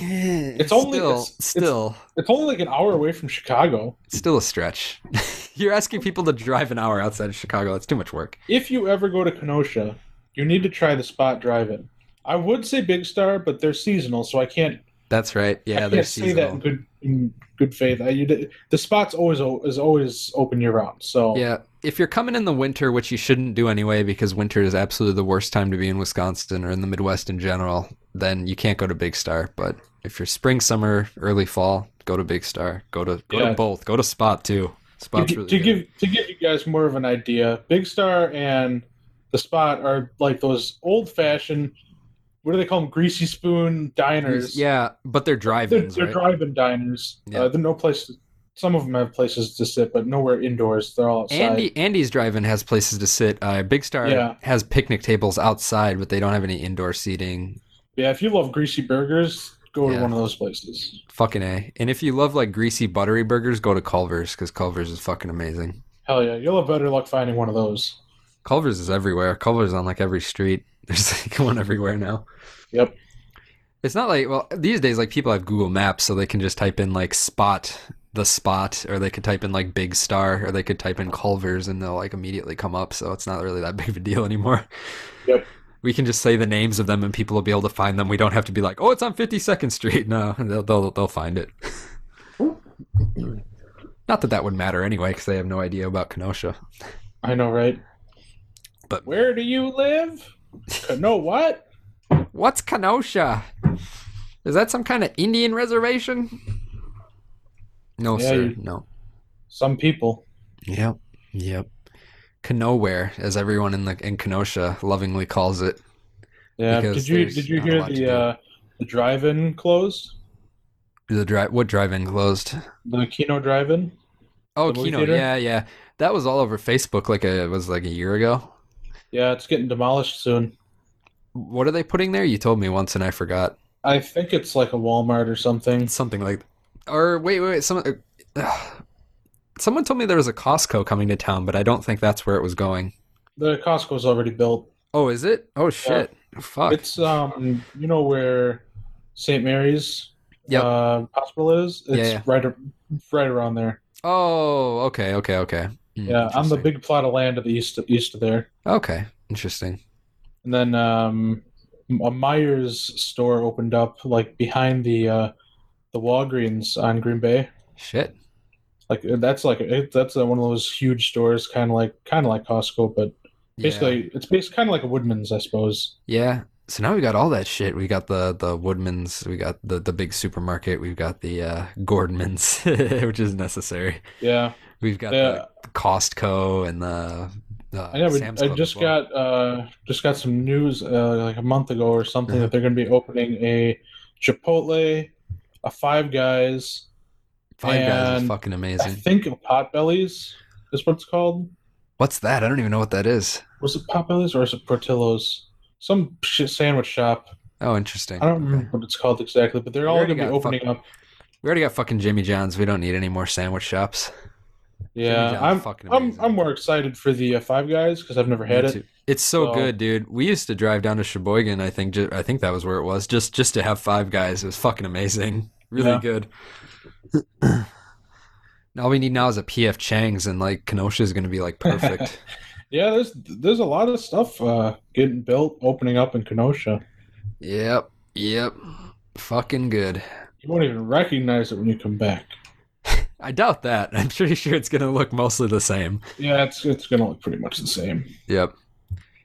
it's only- still, it's- it's- still It's only like an hour away from Chicago. Still a stretch. <laughs> You're asking people to drive an hour outside of Chicago. That's too much work. If you ever go to Kenosha, you need to try the spot drive-in. I would say Big Star, but they're seasonal, so I can't. That's right. Yeah, I they're can't say that in seasonal. good in good faith. I, you, did- the spot's always o- is always open year round. So Yeah, if you're coming in the winter, which you shouldn't do anyway, because winter is absolutely the worst time to be in Wisconsin or in the Midwest in general, then you can't go to Big Star. But if you're spring, summer, early fall, go to Big Star. Go to go Yeah. to both. Go to Spot too. to, Spot's gi- really to good. give to give you guys more of an idea, Big Star and the Spot are like those old fashioned, what do they call them? Greasy spoon diners. Yeah, but they're they're, drive-ins, they're right? drive-in diners. Yeah. Uh, they're no place. Some of them have places to sit, but nowhere indoors. They're all outside. Andy Andy's drive-in has places to sit. Uh, Big Star Yeah. has picnic tables outside, but they don't have any indoor seating. yeah, if you love greasy burgers, go Yeah. to one of those places. Fucking a. And if you love like greasy buttery burgers, go to Culver's because Culver's is fucking amazing. Hell yeah, you'll have better luck finding one of those. Culver's is everywhere. Culver's on like every street. <laughs> There's like one everywhere now. Yep. It's not like well these days like people have Google Maps so they can just type in like spot the spot or they could type in like big star or they could type in Culver's and they'll like immediately come up so it's not really that <laughs> big of a deal anymore. Yep. We can just say the names of them and people will be able to find them. We don't have to be like, "Oh, it's on 52nd Street." No, they'll they'll, they'll find it. Not that that would matter anyway, because they have no idea about Kenosha. I know, right? But- where do you <laughs> live? Uh, no, what? What's Kenosha? Is that some kind of Indian reservation? No, Yeah, sir. you- No. Some people. Yep. Yep. Kenoware, as everyone in the in Kenosha lovingly calls it. Yeah. Because did you there's did you not a hear lot to do. the uh, the drive-in closed? The drive what drive-in closed? The Kino Drive-In. Oh, The movie Kino. theater? Yeah, yeah. That was all over Facebook like a it was like a year ago. Yeah, it's getting demolished soon. What are they putting there? You told me once and I forgot. I think it's like a Walmart or something. Something like Or wait, wait, wait. Some uh, <sighs> Someone told me there was a Costco coming to town, but I don't think that's where it was going. The Costco's already built. Oh, is it? Oh shit. Fuck. It's um, you know where St. Mary's Yep. uh, hospital is. It's yeah. right, ar- right around there. oh, okay, okay, okay. Hmm, Yeah, on the interesting. big plot of land to the east, east of there, Okay, interesting. and then um, a Myers store opened up like behind the uh, the Walgreens on Green Bay. Shit. Like uh, that's like it, that's uh, one of those huge stores, kind of like kind of like Costco, but Yeah. basically it's basically kind of like a Woodman's, I suppose. Yeah. So now we got all that shit. We got the the Woodmans. We got the the big supermarket. We've got the uh, Gordmans, <laughs> which is necessary. Yeah, We've got yeah. the Costco and the. Uh, I know. but Sam's I Club as just well. got uh, just got some news uh, like a month ago or something Uh-huh. that they're going to be opening a Chipotle, a Five Guys, Five Guys is and fucking I amazing. think a Potbellies is what it's called. What's that? I don't even know what that is. Was it Potbellies or is it Portillo's? Some sh- sandwich shop. Oh, interesting. I don't Okay. remember what it's called exactly, but We they're all already going to be got opening fuck- up. We already got fucking Jimmy John's. We don't need any more sandwich shops. Jimmy Yeah, John's I'm fucking I'm amazing. I'm more excited for the uh, Five Guys because I've never Me had it. too. It's so So- good, dude. We used to drive down to Sheboygan. I think ju- I think that was where it was. Just just to have Five Guys. It was fucking amazing. <laughs> Really Yeah. good. <clears throat> All we need now is a PF Chang's, and like Kenosha is going to be like <laughs> perfect. Yeah, there's there's a lot of stuff uh, getting built, opening up in Kenosha. yep, yep, fucking good. You won't even recognize it when you come back. I doubt that. <laughs> I'm pretty sure it's going to look mostly the same. Yeah, it's it's gonna look pretty much the same. Yep.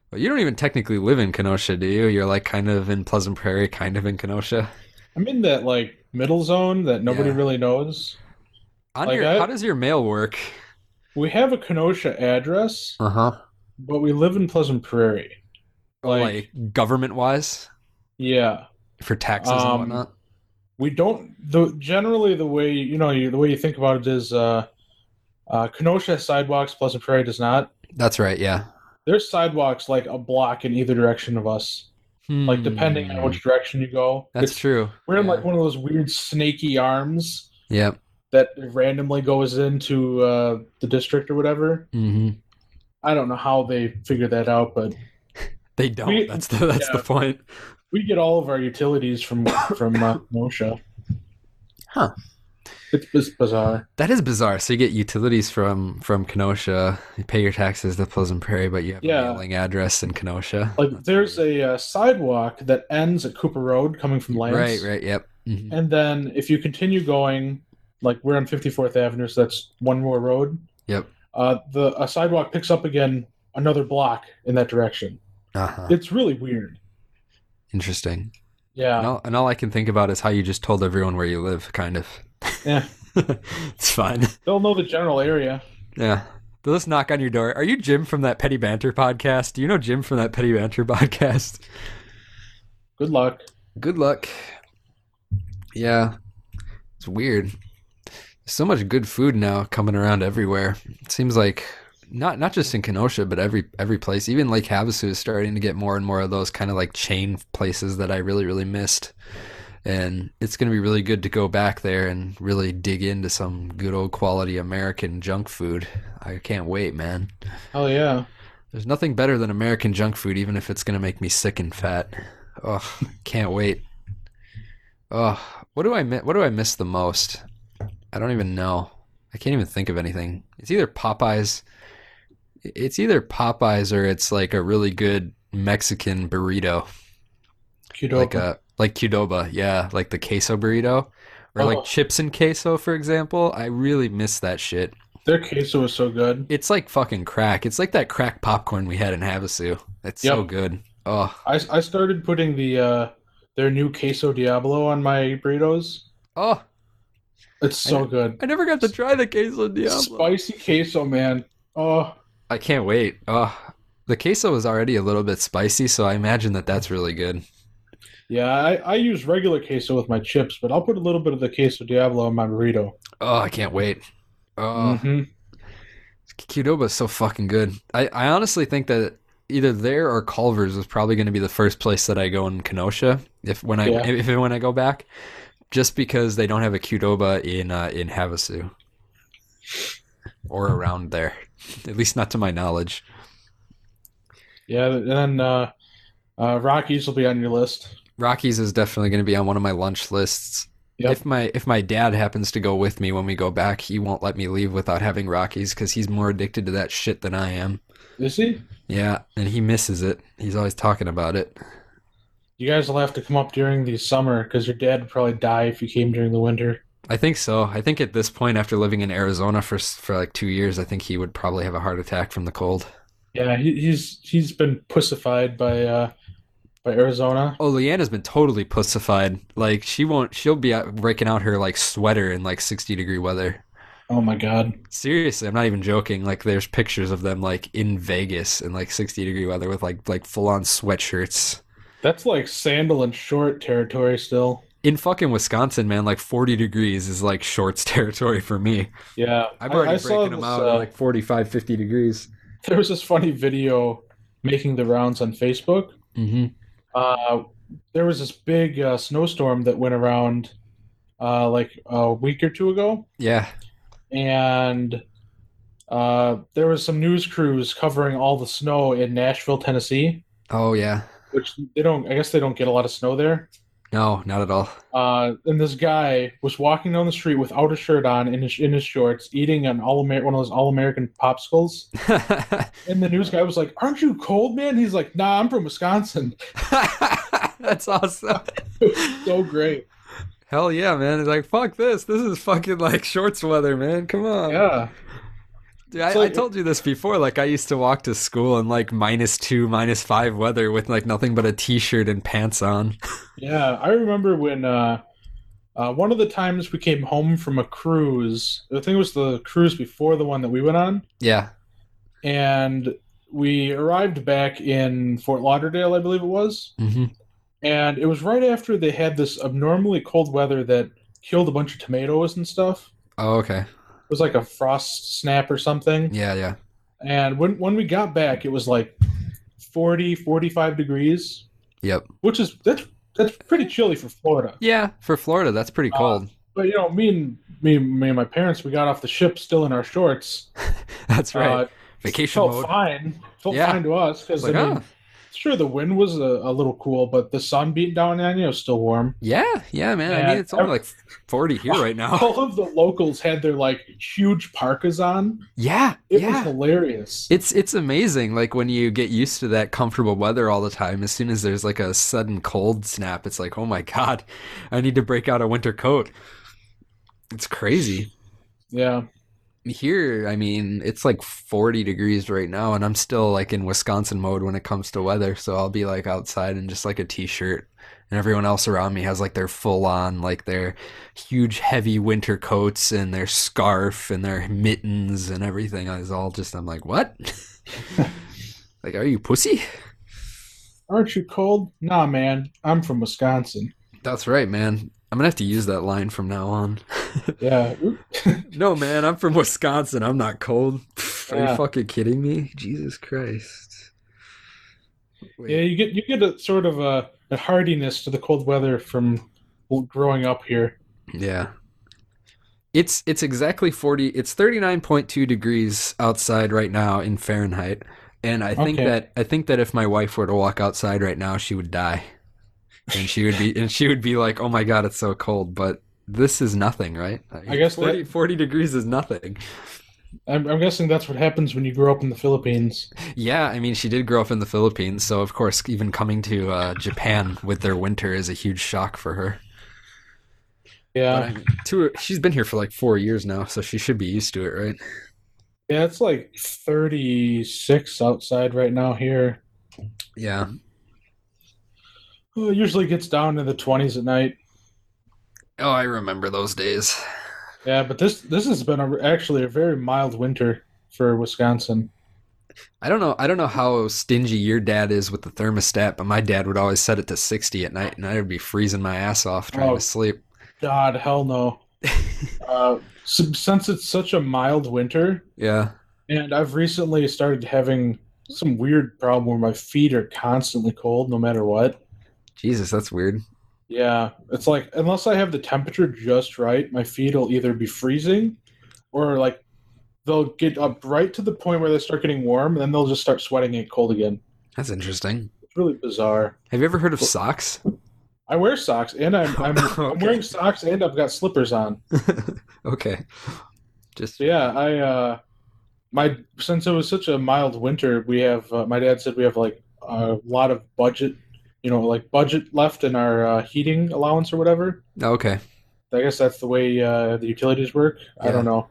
But you don't even technically live in Kenosha, do you? You're like kind of in Pleasant Prairie, kind of in Kenosha. I'm in that like middle zone that nobody Yeah. really knows. On Like your, I- how does your mail work? We have a Kenosha address, Uh huh. but we live in Pleasant Prairie. Like, Like, government wise yeah, for taxes Um, and whatnot. we don't. The generally the way you know you, the way you think about it is uh, uh, Kenosha has sidewalks, Pleasant Prairie does not. That's right. Yeah. There's sidewalks like a block in either direction of us. Like depending on Hmm. which direction you go, That's it's, true. we're in yeah. like one of those weird snaky arms. Yep. that randomly goes into uh, the district or whatever. hmm I don't know how they figure that out, but They don't. We- that's the that's the point. we get all of our utilities from <coughs> from uh, Kenosha. Huh. It's, it's bizarre. That is bizarre. So you get utilities from from Kenosha. You pay your taxes to Pleasant Prairie, but you have Yeah. a mailing address in Kenosha. Like there's a uh, sidewalk that ends at Cooper Road coming from Lance, right. Right. Yep. Mhm. And then if you continue going, like we're on 54th Avenue, so that's one more road. Yep. Uh, the a sidewalk picks up again another block in that direction. Uh-huh. It's really weird. Interesting. Yeah. And all, and all I can think about is how you just told everyone where you live, kind of. Yeah. <laughs> it's fine. They'll know the general area. Yeah. They'll just knock on your door. Are you Jim from that Petty Banter podcast? Do you know Jim from that Petty Banter <laughs> podcast? Good luck. Good luck. Yeah. It's weird. There's so much good food now coming around everywhere. It seems like not not just in Kenosha, but every every place. Even Lake Havasu is starting to get more and more of those kind of like chain places that I really, really missed. And it's gonna be really good to go back there and really dig into some good old quality American junk food. I can't wait, man. Hell yeah. There's nothing better than American junk food, even if it's gonna make me sick and fat. Ugh, can't wait. Ugh, what do I miss? What do I miss the most? I don't even know. I can't even think of anything. It's either Popeyes. It's either Popeyes or it's like a really good Mexican burrito, Qdoba. like uh, a like Qdoba. Yeah, like the queso burrito, or Oh. like chips and queso, for example. I really miss that shit. Their queso was so good. It's like fucking crack. It's like that crack popcorn we had in Havasu. It's so Yep. good. Oh, I, I started putting the uh, their new queso Diablo on my burritos. oh! It's so I- good. I never got to try the queso diablo. Spicy queso, man. Oh, I can't wait. Oh, the queso is already a little bit spicy, so I imagine that that's really good. yeah. I, I use regular queso with my chips, but I'll put a little bit of the queso Diablo on my burrito. Oh, I can't wait. Oh, hmm Qdoba is so fucking good. I, I honestly think that either there or Culver's is probably going to be the first place that I go in Kenosha if when I Yeah. if and when I go back, just because they don't have a Qdoba in uh, in Havasu or around there, at least not to my knowledge. Yeah. And then uh, Uh, Rockies will be on your list. Rockies is definitely going to be on one of my lunch lists. Yep. If my if my dad happens to go with me when we go back, he won't let me leave without having Rockies because he's more addicted to that shit than I am. Is he? Yeah, and he misses it. He's always talking about it. You guys will have to come up during the summer because your dad would probably die if you came during the winter. I think so. I think at this point, after living in Arizona for s- for like two years, I think he would probably have a heart attack from the cold. Yeah, he, he's he's been pussified by uh, by Arizona. Oh, Leanna's been totally pussified. Like she won't. She'll be out breaking out her like sweater in like sixty degree weather. Oh my God. Seriously, I'm not even joking. Like there's pictures of them like in Vegas in like sixty degree weather with like like full on sweatshirts. That's like sandal and short territory still. In fucking Wisconsin, man, like forty degrees is like shorts <laughs> territory for me. Yeah. I'm I- already I saw breaking them this, out uh, at like 45, 50 degrees. there was this funny video making the rounds on Facebook. hmm Uh, there was this big uh, snowstorm that went around uh, like a week or two ago, Yeah. and uh, there was some news crews covering all the snow in Nashville, Tennessee, Oh yeah. which they don't. I guess they don't get a lot of snow there. No, not at all. Uh, and this guy was walking down the street without a shirt on, in his in his shorts, eating an all Amer- one of those all American popsicles. And the news guy was like, "Aren't you cold, man?" He's like, "Nah, I'm from Wisconsin." <laughs> <laughs> That's awesome. So great. Hell yeah, man. It's like, fuck this. This is fucking like shorts weather, man. Come on. Yeah. Dude, I, So- I told you this before. Like, I used to walk to school in like minus two, minus five weather with like nothing but a t shirt and pants on. Yeah, I remember when uh, uh, one of the times we came home from a cruise. I think it was the cruise before the one that we went on, Yeah. and we arrived back in Fort Lauderdale, I believe it was, Mm-hmm. and it was right after they had this abnormally cold weather that killed a bunch of tomatoes and stuff. Oh, okay. It was like a frost snap or something. Yeah, yeah. And when when we got back, it was like 40, 45 degrees, Yep. which is that's that's pretty chilly for Florida. Yeah. For Florida, that's pretty Uh, cold. <laughs> But you know, me and me, me and my parents, we got off the ship still in our shorts. that's right. Uh, Vacation felt mode. fine. Felt Yeah. fine to us because Like, I mean, oh, sure the wind was a, a little cool, but the sun beating down on you was still warm. <laughs> yeah, yeah, man. I Yeah, Oh, mean, it's only I- like 40 <laughs> here right now. All of the locals had their like huge parkas on. Yeah, It yeah. was hilarious. It's it's amazing like when you get used to that comfortable weather all the time as soon as there's like a sudden cold snap it's like oh my god I need to break out a winter coat. It's crazy. yeah, Here, I mean, it's like 40 degrees right now and I'm still like in Wisconsin mode when it comes to weather, so I'll be like outside in just like a t-shirt and everyone else around me has like their full on like their huge heavy winter coats and their scarf and their mittens and everything is all just I'm like what <laughs> like are you pussy aren't you cold? Nah, man, I'm from Wisconsin. that's right man i'm gonna have to use that line from now on Yeah, no man i'm from wisconsin i'm not cold Pff, are you Yeah. fucking kidding me jesus christ Wait. yeah. You get you get a sort of a, a hardiness to the cold weather from growing up here. Yeah. It's it's exactly 40 it's 39.2 degrees outside right now in Fahrenheit and I think Okay. that I think that if my wife were to walk outside right now she would die. And she would be and she would be like, "Oh my god, it's so cold." But this is nothing, right? I guess that- 40, 40 degrees is nothing. I'm, I'm guessing that's what happens when you grow up in the Philippines. Yeah, I mean, she did grow up in the Philippines, so of course, even coming to uh, Japan with their winter is a huge shock for her. But I Yeah, mean, to, she's been here for like four years now, so she should be used to it, right? yeah, it's like 36 outside right now here. Yeah, Oh, It usually gets down to the 20s at night. Oh, I remember those days. Yeah, but this this has been a, actually a very mild winter for Wisconsin. I don't know. I don't know how stingy your dad is with the thermostat, but my dad would always set it to 60 at night, and I would be freezing my ass off trying Oh. to sleep. God, hell no. uh, s- since it's such a mild winter, Yeah. and I've recently started having some weird problem where my feet are constantly cold no matter what. Jesus, that's weird. Yeah, it's like unless I have the temperature just right, my feet will either be freezing or like they'll get up right to the point where they start getting warm and then they'll just start sweating and get cold again. That's interesting. It's really bizarre. Have you ever heard of socks? I wear socks, and <laughs> I'm I'm, I'm Okay. wearing socks, and I've got slippers on. okay. Just So yeah, I uh, my since it was such a mild winter, we have uh, my dad said we have like a lot of budget, you know, like budget left in our uh, heating allowance or whatever. okay. I guess that's the way uh, the utilities work. I Yeah. don't know.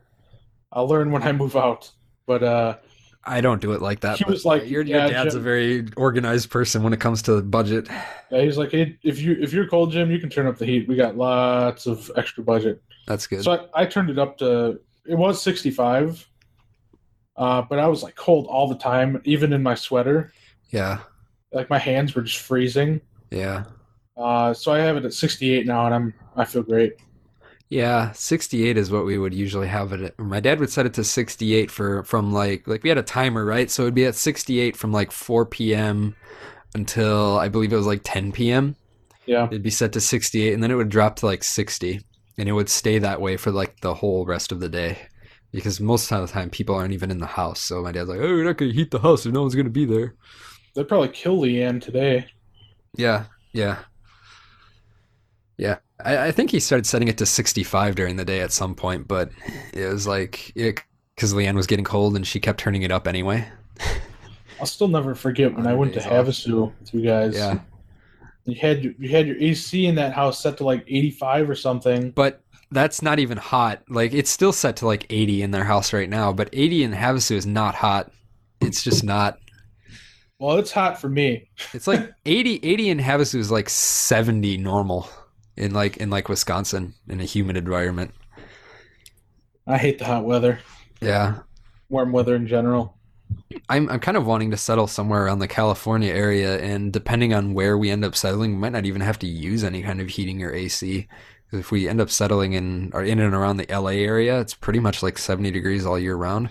I'll learn when I move out. But uh, I don't do it like that. He but was like, your, "Yeah, your dad's Jim." a very organized person when it comes to the budget. he's like, hey, if you if you're cold, Jim, you can turn up the heat. We got lots of extra budget. That's good. So I, I turned it up to it was 65, uh, but I was like cold all the time, even in my sweater. yeah. Like my hands were just freezing. Yeah. Uh, so I have it at 68 now, and I'm I feel great. Yeah, 68 is what we would usually have it at. My dad would set it to 68 for from like like we had a timer, right? So it'd be at 68 from like 4 p.m. until I believe it was like 10 p.m. Yeah, It'd be set to 68 and then it would drop to like 60 and it would stay that way for like the whole rest of the day. Because most of the time people aren't even in the house. So my dad's like, "Oh, we're not going to heat the house if no one's going to be there." they'd probably kill Leanne today. Yeah, yeah. Yeah. I, I think he started setting it to 65 during the day at some point, but it was like, because Leanne was getting cold and she kept turning it up anyway. I'll still never forget when I went to Days off. Havasu with you guys. Yeah. you had your- you had your AC in that house set to like 85 or something. But that's not even hot. Like, it's still set to like 80 in their house right now, but 80 in Havasu is not hot. It's just not. Well, it's hot for me. It's like 80, 80 in Havasu is like 70 normal in like, in like Wisconsin in a humid environment. I hate the hot weather, Yeah. warm weather in general. I'm I'm kind of wanting to settle somewhere around the California area, and depending on where we end up settling, we might not even have to use any kind of heating or AC. 'Cause If we end up settling in or in and around the LA area, it's pretty much like 70 degrees all year round.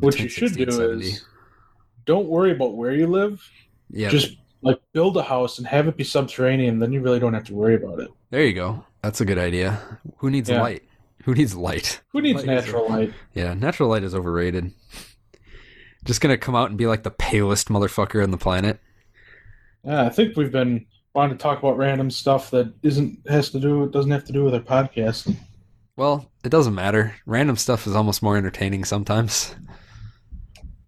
What you Between should 60 do and 70. is don't worry about where you live. yeah, Just like build a house and have it be subterranean, then you really don't have to worry about it. there you go. That's a good idea. Who needs Yeah. light? Who needs light? Who needs Like, natural light? Yeah, natural light is overrated. Just gonna come out and be like the palest motherfucker on the planet. Yeah, I think we've been wanting to talk about random stuff that isn't has to do doesn't have to do with our podcast. Well, it doesn't matter. Random stuff is almost more entertaining sometimes.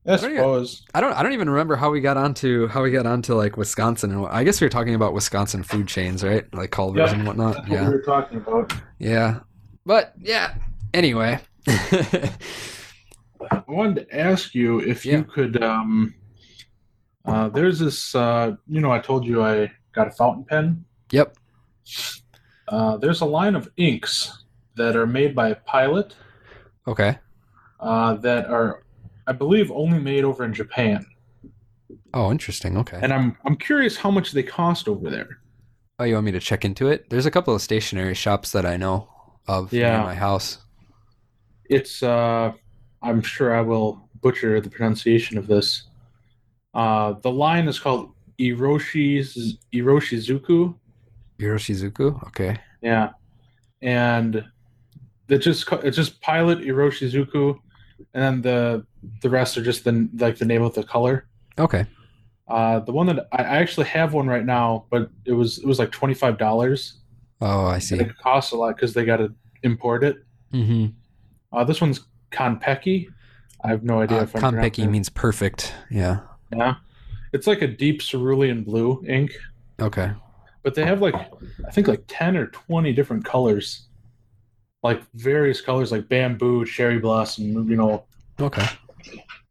I do you- suppose. I don't. I don't even remember how we got onto how we got onto like Wisconsin and I guess we were talking about Wisconsin food chains, right? Like Culver's Yeah. and That's <laughs> whatnot. what Yeah, we were talking about. yeah. But yeah. Anyway, <laughs> I wanted to ask you if Yeah. you could um uh there's this uh you know I told you I got a fountain pen. yep. Uh there's a line of inks that are made by Pilot Okay. uh that are I believe only made over in Japan. Oh, interesting. Okay. and I'm I'm curious how much they cost over there. Oh, you want me to check into it? There's a couple of stationery shops that I know of Yeah. near my house. It's uh, I'm sure I will butcher the pronunciation of this. Uh, the line is called Iroshi Iroshizuku. Hiroshizuku. Okay. Yeah, and it just co- it's just pilot Iroshizuku, and then the the rest are just the like the name of the color. Okay. Uh, the one that I I actually have one right now, but it was it was like twenty five dollars. Oh, I see. It costs a lot because they got to import it. Mm-hmm. Uh, this one's Konpeki. I have no idea Uh, if I'm pronouncing Konpeki it. means perfect. Yeah. Yeah. It's like a deep cerulean blue ink, Okay. but they have like I think like ten or twenty different colors, like various colors like bamboo, cherry blossom. You know, Okay.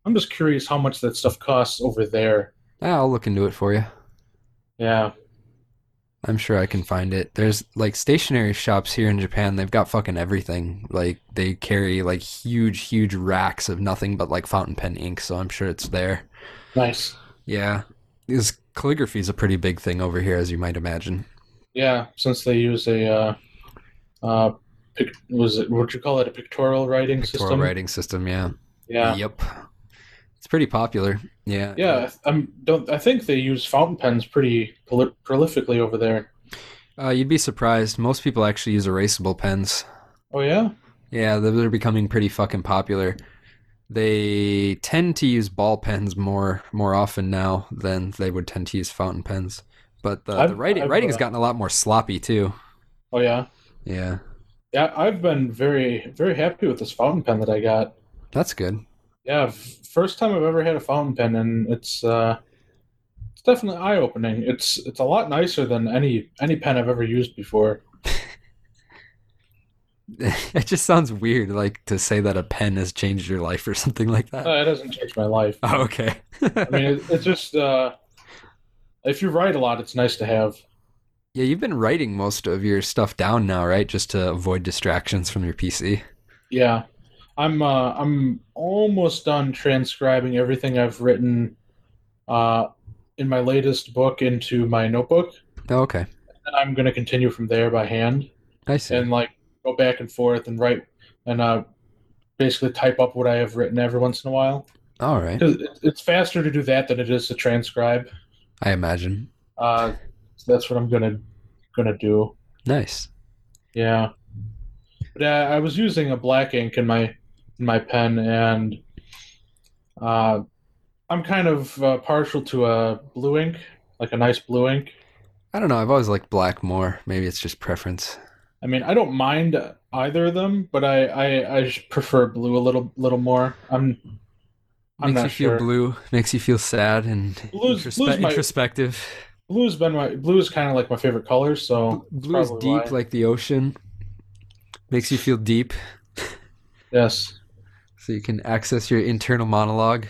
I'm just curious how much that stuff costs over there. Yeah, Ah, I'll look into it for you. Yeah, I'm sure I can find it. There's like stationary shops here in Japan. They've got fucking everything. Like they carry like huge, huge racks of nothing but like fountain pen ink. So I'm sure it's there. nice. Yeah, is calligraphy is a pretty big thing over here, as you might imagine. Yeah, since they use a uh, uh, pic- was it what you call it a pictorial writing Pictorial system? writing system. Yeah. Yeah. Yep. It's pretty popular. Yeah. Yeah, I'm don't I think they use fountain pens pretty prol- prolifically over there. Uh, you'd be surprised. Most people actually use erasable pens. Oh yeah, Yeah, they're they're becoming pretty fucking popular. they tend to use ball pens more more often now than they would tend to use fountain pens. But the, the I've- writing I've, writing's uh, gotten a lot more sloppy too. Oh yeah, Yeah, yeah. I've been very very happy with this fountain pen that I got. that's good. <laughs> Yeah, f- first time I've ever had a fountain pen, and it's uh, it's definitely eye opening. It's it's a lot nicer than any any pen I've ever used before. it just sounds weird, like to say that a pen has changed your life or something like that. Uh, it hasn't changed my life. oh, okay. I mean, it, it's just uh, if you write a lot, it's nice to have. Yeah, you've been writing most of your stuff down now, right? Just to avoid distractions from your PC. Yeah, I'm uh, I'm almost done transcribing everything I've written uh, in my latest book into my notebook, Oh, okay. and I'm going to continue from there by hand I see. and like go back and forth and write and uh, basically type up what I have written every once in a while. All right. 'Cause it- It's faster to do that than it is to transcribe. I imagine. Uh, so that's what I'm gonna gonna do. Nice. Yeah, but uh, I, I was using a black ink in my in my pen, and uh, I'm kind of uh, partial to a blue ink, like a nice blue ink. I don't know. I've always liked black more. Maybe it's just preference. I mean, I don't mind either of them, but I I, I just prefer blue a little little more. I'm I'm makes not you sure. feel blue. Makes you feel sad and Blue's- introspe- blue's my- introspective. Blue's been my blue's kind of like my favorite color, so Blue is probably deep, why. like the ocean. Makes you feel deep, yes. so you can access your internal monologue.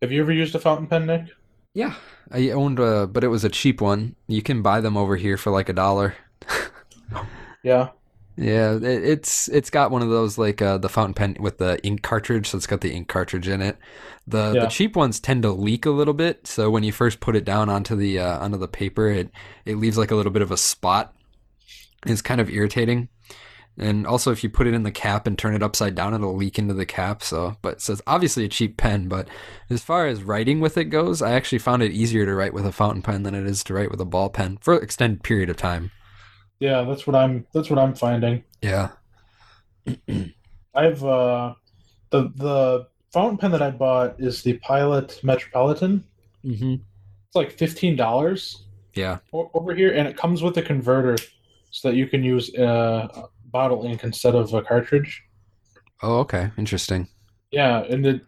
Have you ever used a fountain pen, Nick? Yeah, I owned a, but it was a cheap one. You can buy them over here for like a dollar. Yeah. Yeah, it, it's it's got one of those like uh, the fountain pen with the ink cartridge, so it's got the ink cartridge in it. The the Yeah. cheap ones tend to leak a little bit, so when you first put it down onto the uh, onto the paper, it it leaves like a little bit of a spot. It's kind of irritating. And also, if you put it in the cap and turn it upside down, it'll leak into the cap. So, but so it's obviously a cheap pen. But as far as writing with it goes, I actually found it easier to write with a fountain pen than it is to write with a ball pen for an extended period of time. Yeah, that's what I'm that's what I'm finding. Yeah. I've uh, the the fountain pen that I bought is the Pilot Metropolitan. Mm-hmm. It's like fifteen dollars Yeah. over here, and it comes with a converter, so that you can use uh, bottle ink instead of a cartridge. Oh, okay. Interesting. Yeah, and it,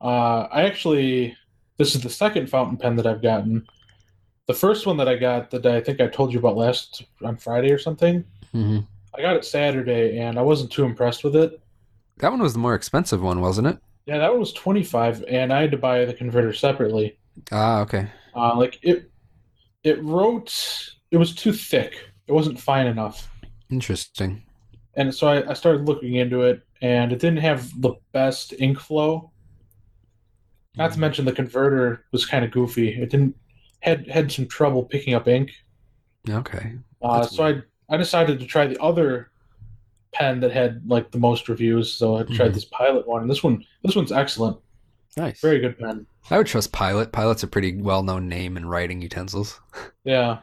uh, I actually this is the second fountain pen that I've gotten. The first one that I got that I think I told you about last on Friday or something. hmm I got it Saturday, and I wasn't too impressed with it. That one was the more expensive one, wasn't it? Yeah, that one was twenty five, and I had to buy the converter separately. Ah, okay. Uh, like it, it wrote. It was too thick. It wasn't fine enough, Interesting. and so I, I started looking into it, and it didn't have the best ink flow. Not to mention the converter was kind of goofy. It didn't had had some trouble picking up ink. Okay. Uh, That's so I I decided to try the other pen that had like the most reviews. So I tried Mhm. this Pilot one, and this one this one's excellent. Nice. Very good pen. I would trust Pilot. Pilot's a pretty well-known name in writing utensils. Yeah.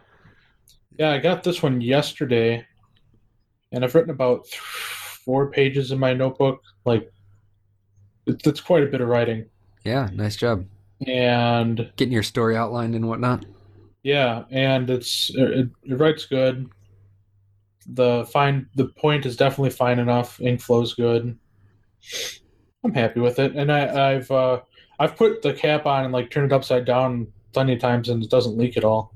Yeah, I got this one yesterday, and I've written about th- four pages in my notebook. Like, it's, it's quite a bit of writing. Yeah. Nice job And getting your story outlined and whatnot. yeah, and it's er, it, it writes good. The fine the point is definitely fine enough. Ink flows good. I'm happy with it, and I, I've uh, I've put the cap on and like turned it upside down plenty of times, and it doesn't leak at all.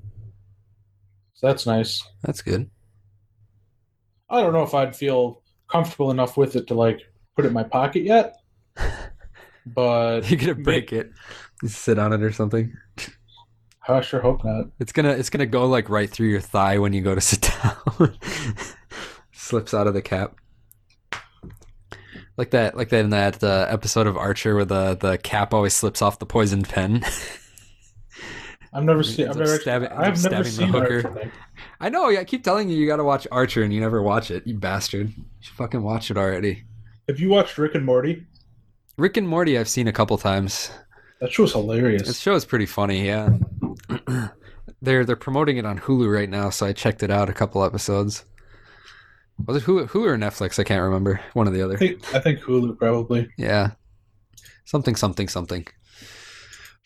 So that's nice. That's good. <laughs> I don't know if I'd feel comfortable enough with it to like put it in my <laughs> pocket yet. But You're gonna break it. You sit on it or something. I sure hope not. It's gonna it's gonna go like right through your thigh when you go to <laughs> sit down. Slips out of the cap. Like that, like that in that uh, episode of Archer where the, the cap always slips off the poisoned pen. I've never Ends seen. up I've never. stabbing- ends up I've stabbing never the seen that hooker. thing. I know. yeah, I keep telling you you got to watch Archer, and you never watch it. You bastard! You should fucking watch it already. Have you watched Rick and Morty? Rick and Morty, I've seen a couple times. That show's This hilarious. show is pretty funny. Yeah, <clears throat> they're they're promoting it on Hulu right now, so I checked it out a couple episodes. Was it Hulu, Hulu or Netflix? I can't remember. One or the other. I think I think Hulu probably. Yeah. Something, something, something.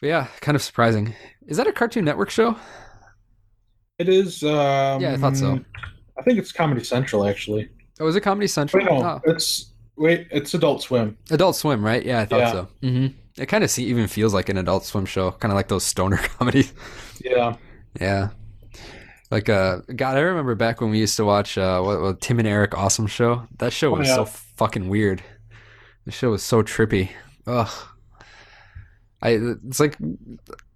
But yeah, kind of surprising. Is that a Cartoon Network show? It is. Um, Yeah, I thought so. I think it's Comedy Central actually. Oh, is it Comedy Central? Wait, no, Oh, it's wait, it's Adult Swim. Adult Swim, right? Yeah, I thought Yeah. so. hmm It kind of see, even feels like an Adult Swim show, kind of like those stoner <laughs> comedies. Yeah, Yeah. Like uh, God, I remember back when we used to watch uh, what, what Tim and Eric Awesome Show. That show Oh, was yeah. so fucking weird. The show was so trippy. Ugh. I it's like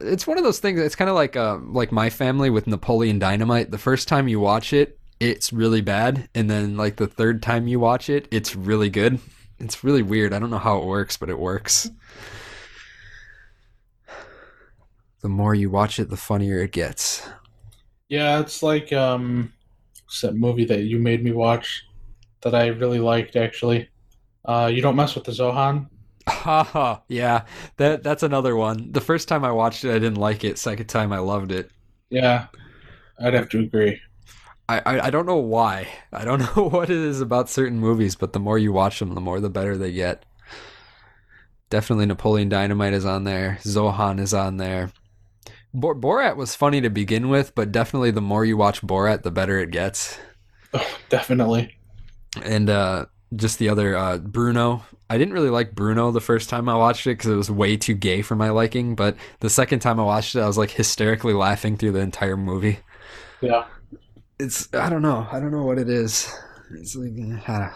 it's one of those things. It's kind of like uh, like my family with Napoleon Dynamite. The first time you watch it, it's really bad, and then like the third time you watch it, it's really good. It's really weird. I don't know how it works, but it works. The more you watch it, the funnier it gets. yeah, it's like um, what's that movie that you made me watch that I really liked actually. Uh, you don't mess with the Zohan. Haha, <laughs> yeah, that that's another one. The first time I watched it, I didn't like it. Second time, I loved it. Yeah, I'd have to agree. I, I, I don't know why. I don't <laughs> know what it is about certain movies, but the more you watch them, the more the better they get. Definitely Napoleon Dynamite is on there. Zohan is on there. Bor- Borat was funny to begin with, but definitely the more you watch Borat, the better it gets. Oh, definitely. and uh just the other uh Bruno. I didn't really like Bruno the first time I watched it cuz it was way too gay for my liking, but the second time I watched it I was like hysterically laughing through the entire movie. Yeah. It's I don't know. I don't know what it is. It's like uh,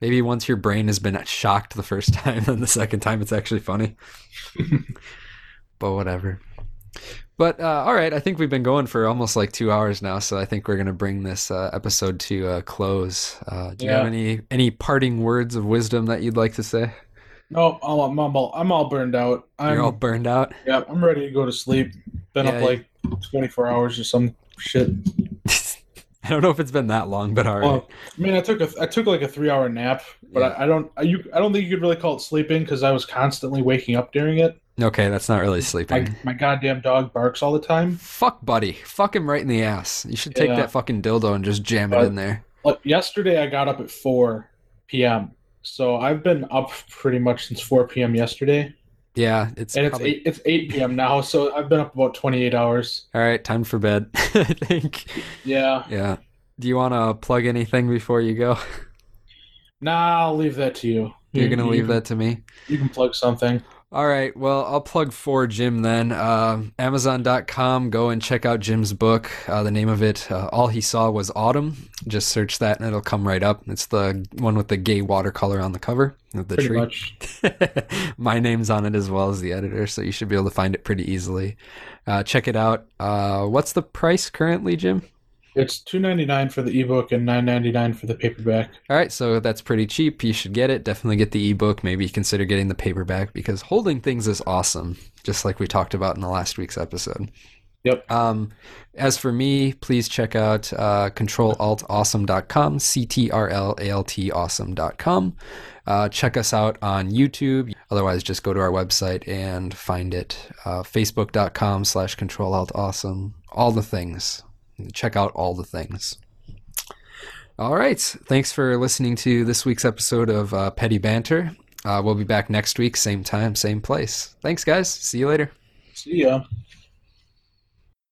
maybe once your brain has been shocked the first <laughs> time then the second time it's actually <laughs> funny. but whatever. But uh, all right, I think we've been going for almost like two hours now, so I think we're gonna bring this uh, episode to a close. Uh, do you have Yeah. any any parting words of wisdom that you'd like to say? No, I'm, all- I'm all I'm all burned out. I'm You're all burned out. <laughs> yeah, I'm ready to go to sleep. Been Yeah, up you- like 24 hours or some shit. I don't know if it's been that long, but all right. Well, Um, I mean, I took a I took like a three hour nap, but Yeah. I, I don't I, you I don't think you could really call it sleeping because I was constantly waking up during it. okay, that's not really sleeping. My my goddamn dog barks all the time. Fuck, buddy. Fuck him right in the ass. You should take Yeah. Uh, that fucking dildo and just jam it But- in there. Like yesterday, I got up at 4 p.m. So I've been up pretty much since 4 p.m. yesterday, Yeah, it's, and it's probably... eight it's 8 p.m. now. So I've been up about 28 hours. all right. Time for bed, <laughs> I think. Yeah. Yeah. Do you want to plug anything before you go? <laughs> Nah, I'll leave that to you. You're gonna you, leave can- that to me. You can plug something. All right. Well, I'll plug for Jim then. Uh, Amazon.com. Go and check out Jim's book. Uh, the name of it, uh, All He Saw Was Autumn. Just search that and it'll come right up. It's the one with the gay watercolor on the cover of the Pretty tree. much. <laughs> My name's on it as well as the editor, so you should be able to find it pretty easily. Uh, check it out. Uh, what's the price currently, Jim? It's 2.99 for the ebook and 9.99 for the paperback. All right, so that's pretty cheap. You should get it. Definitely get the ebook. Maybe consider getting the paperback because holding things is awesome, just like we talked about in the last week's episode. Yep. Um, as for me, please check out uh, controlaltawesome.com, C T R L A L T awesome.com. Uh, check us out on YouTube. Otherwise, just go to our website and find it. Uh, Facebook.com slash controlaltawesome. All the things. Check out all the things. All right. Thanks for listening to this week's episode of uh, Petty Banter. Uh, we'll be back next week, same time, same place. Thanks, guys. See you later. See ya.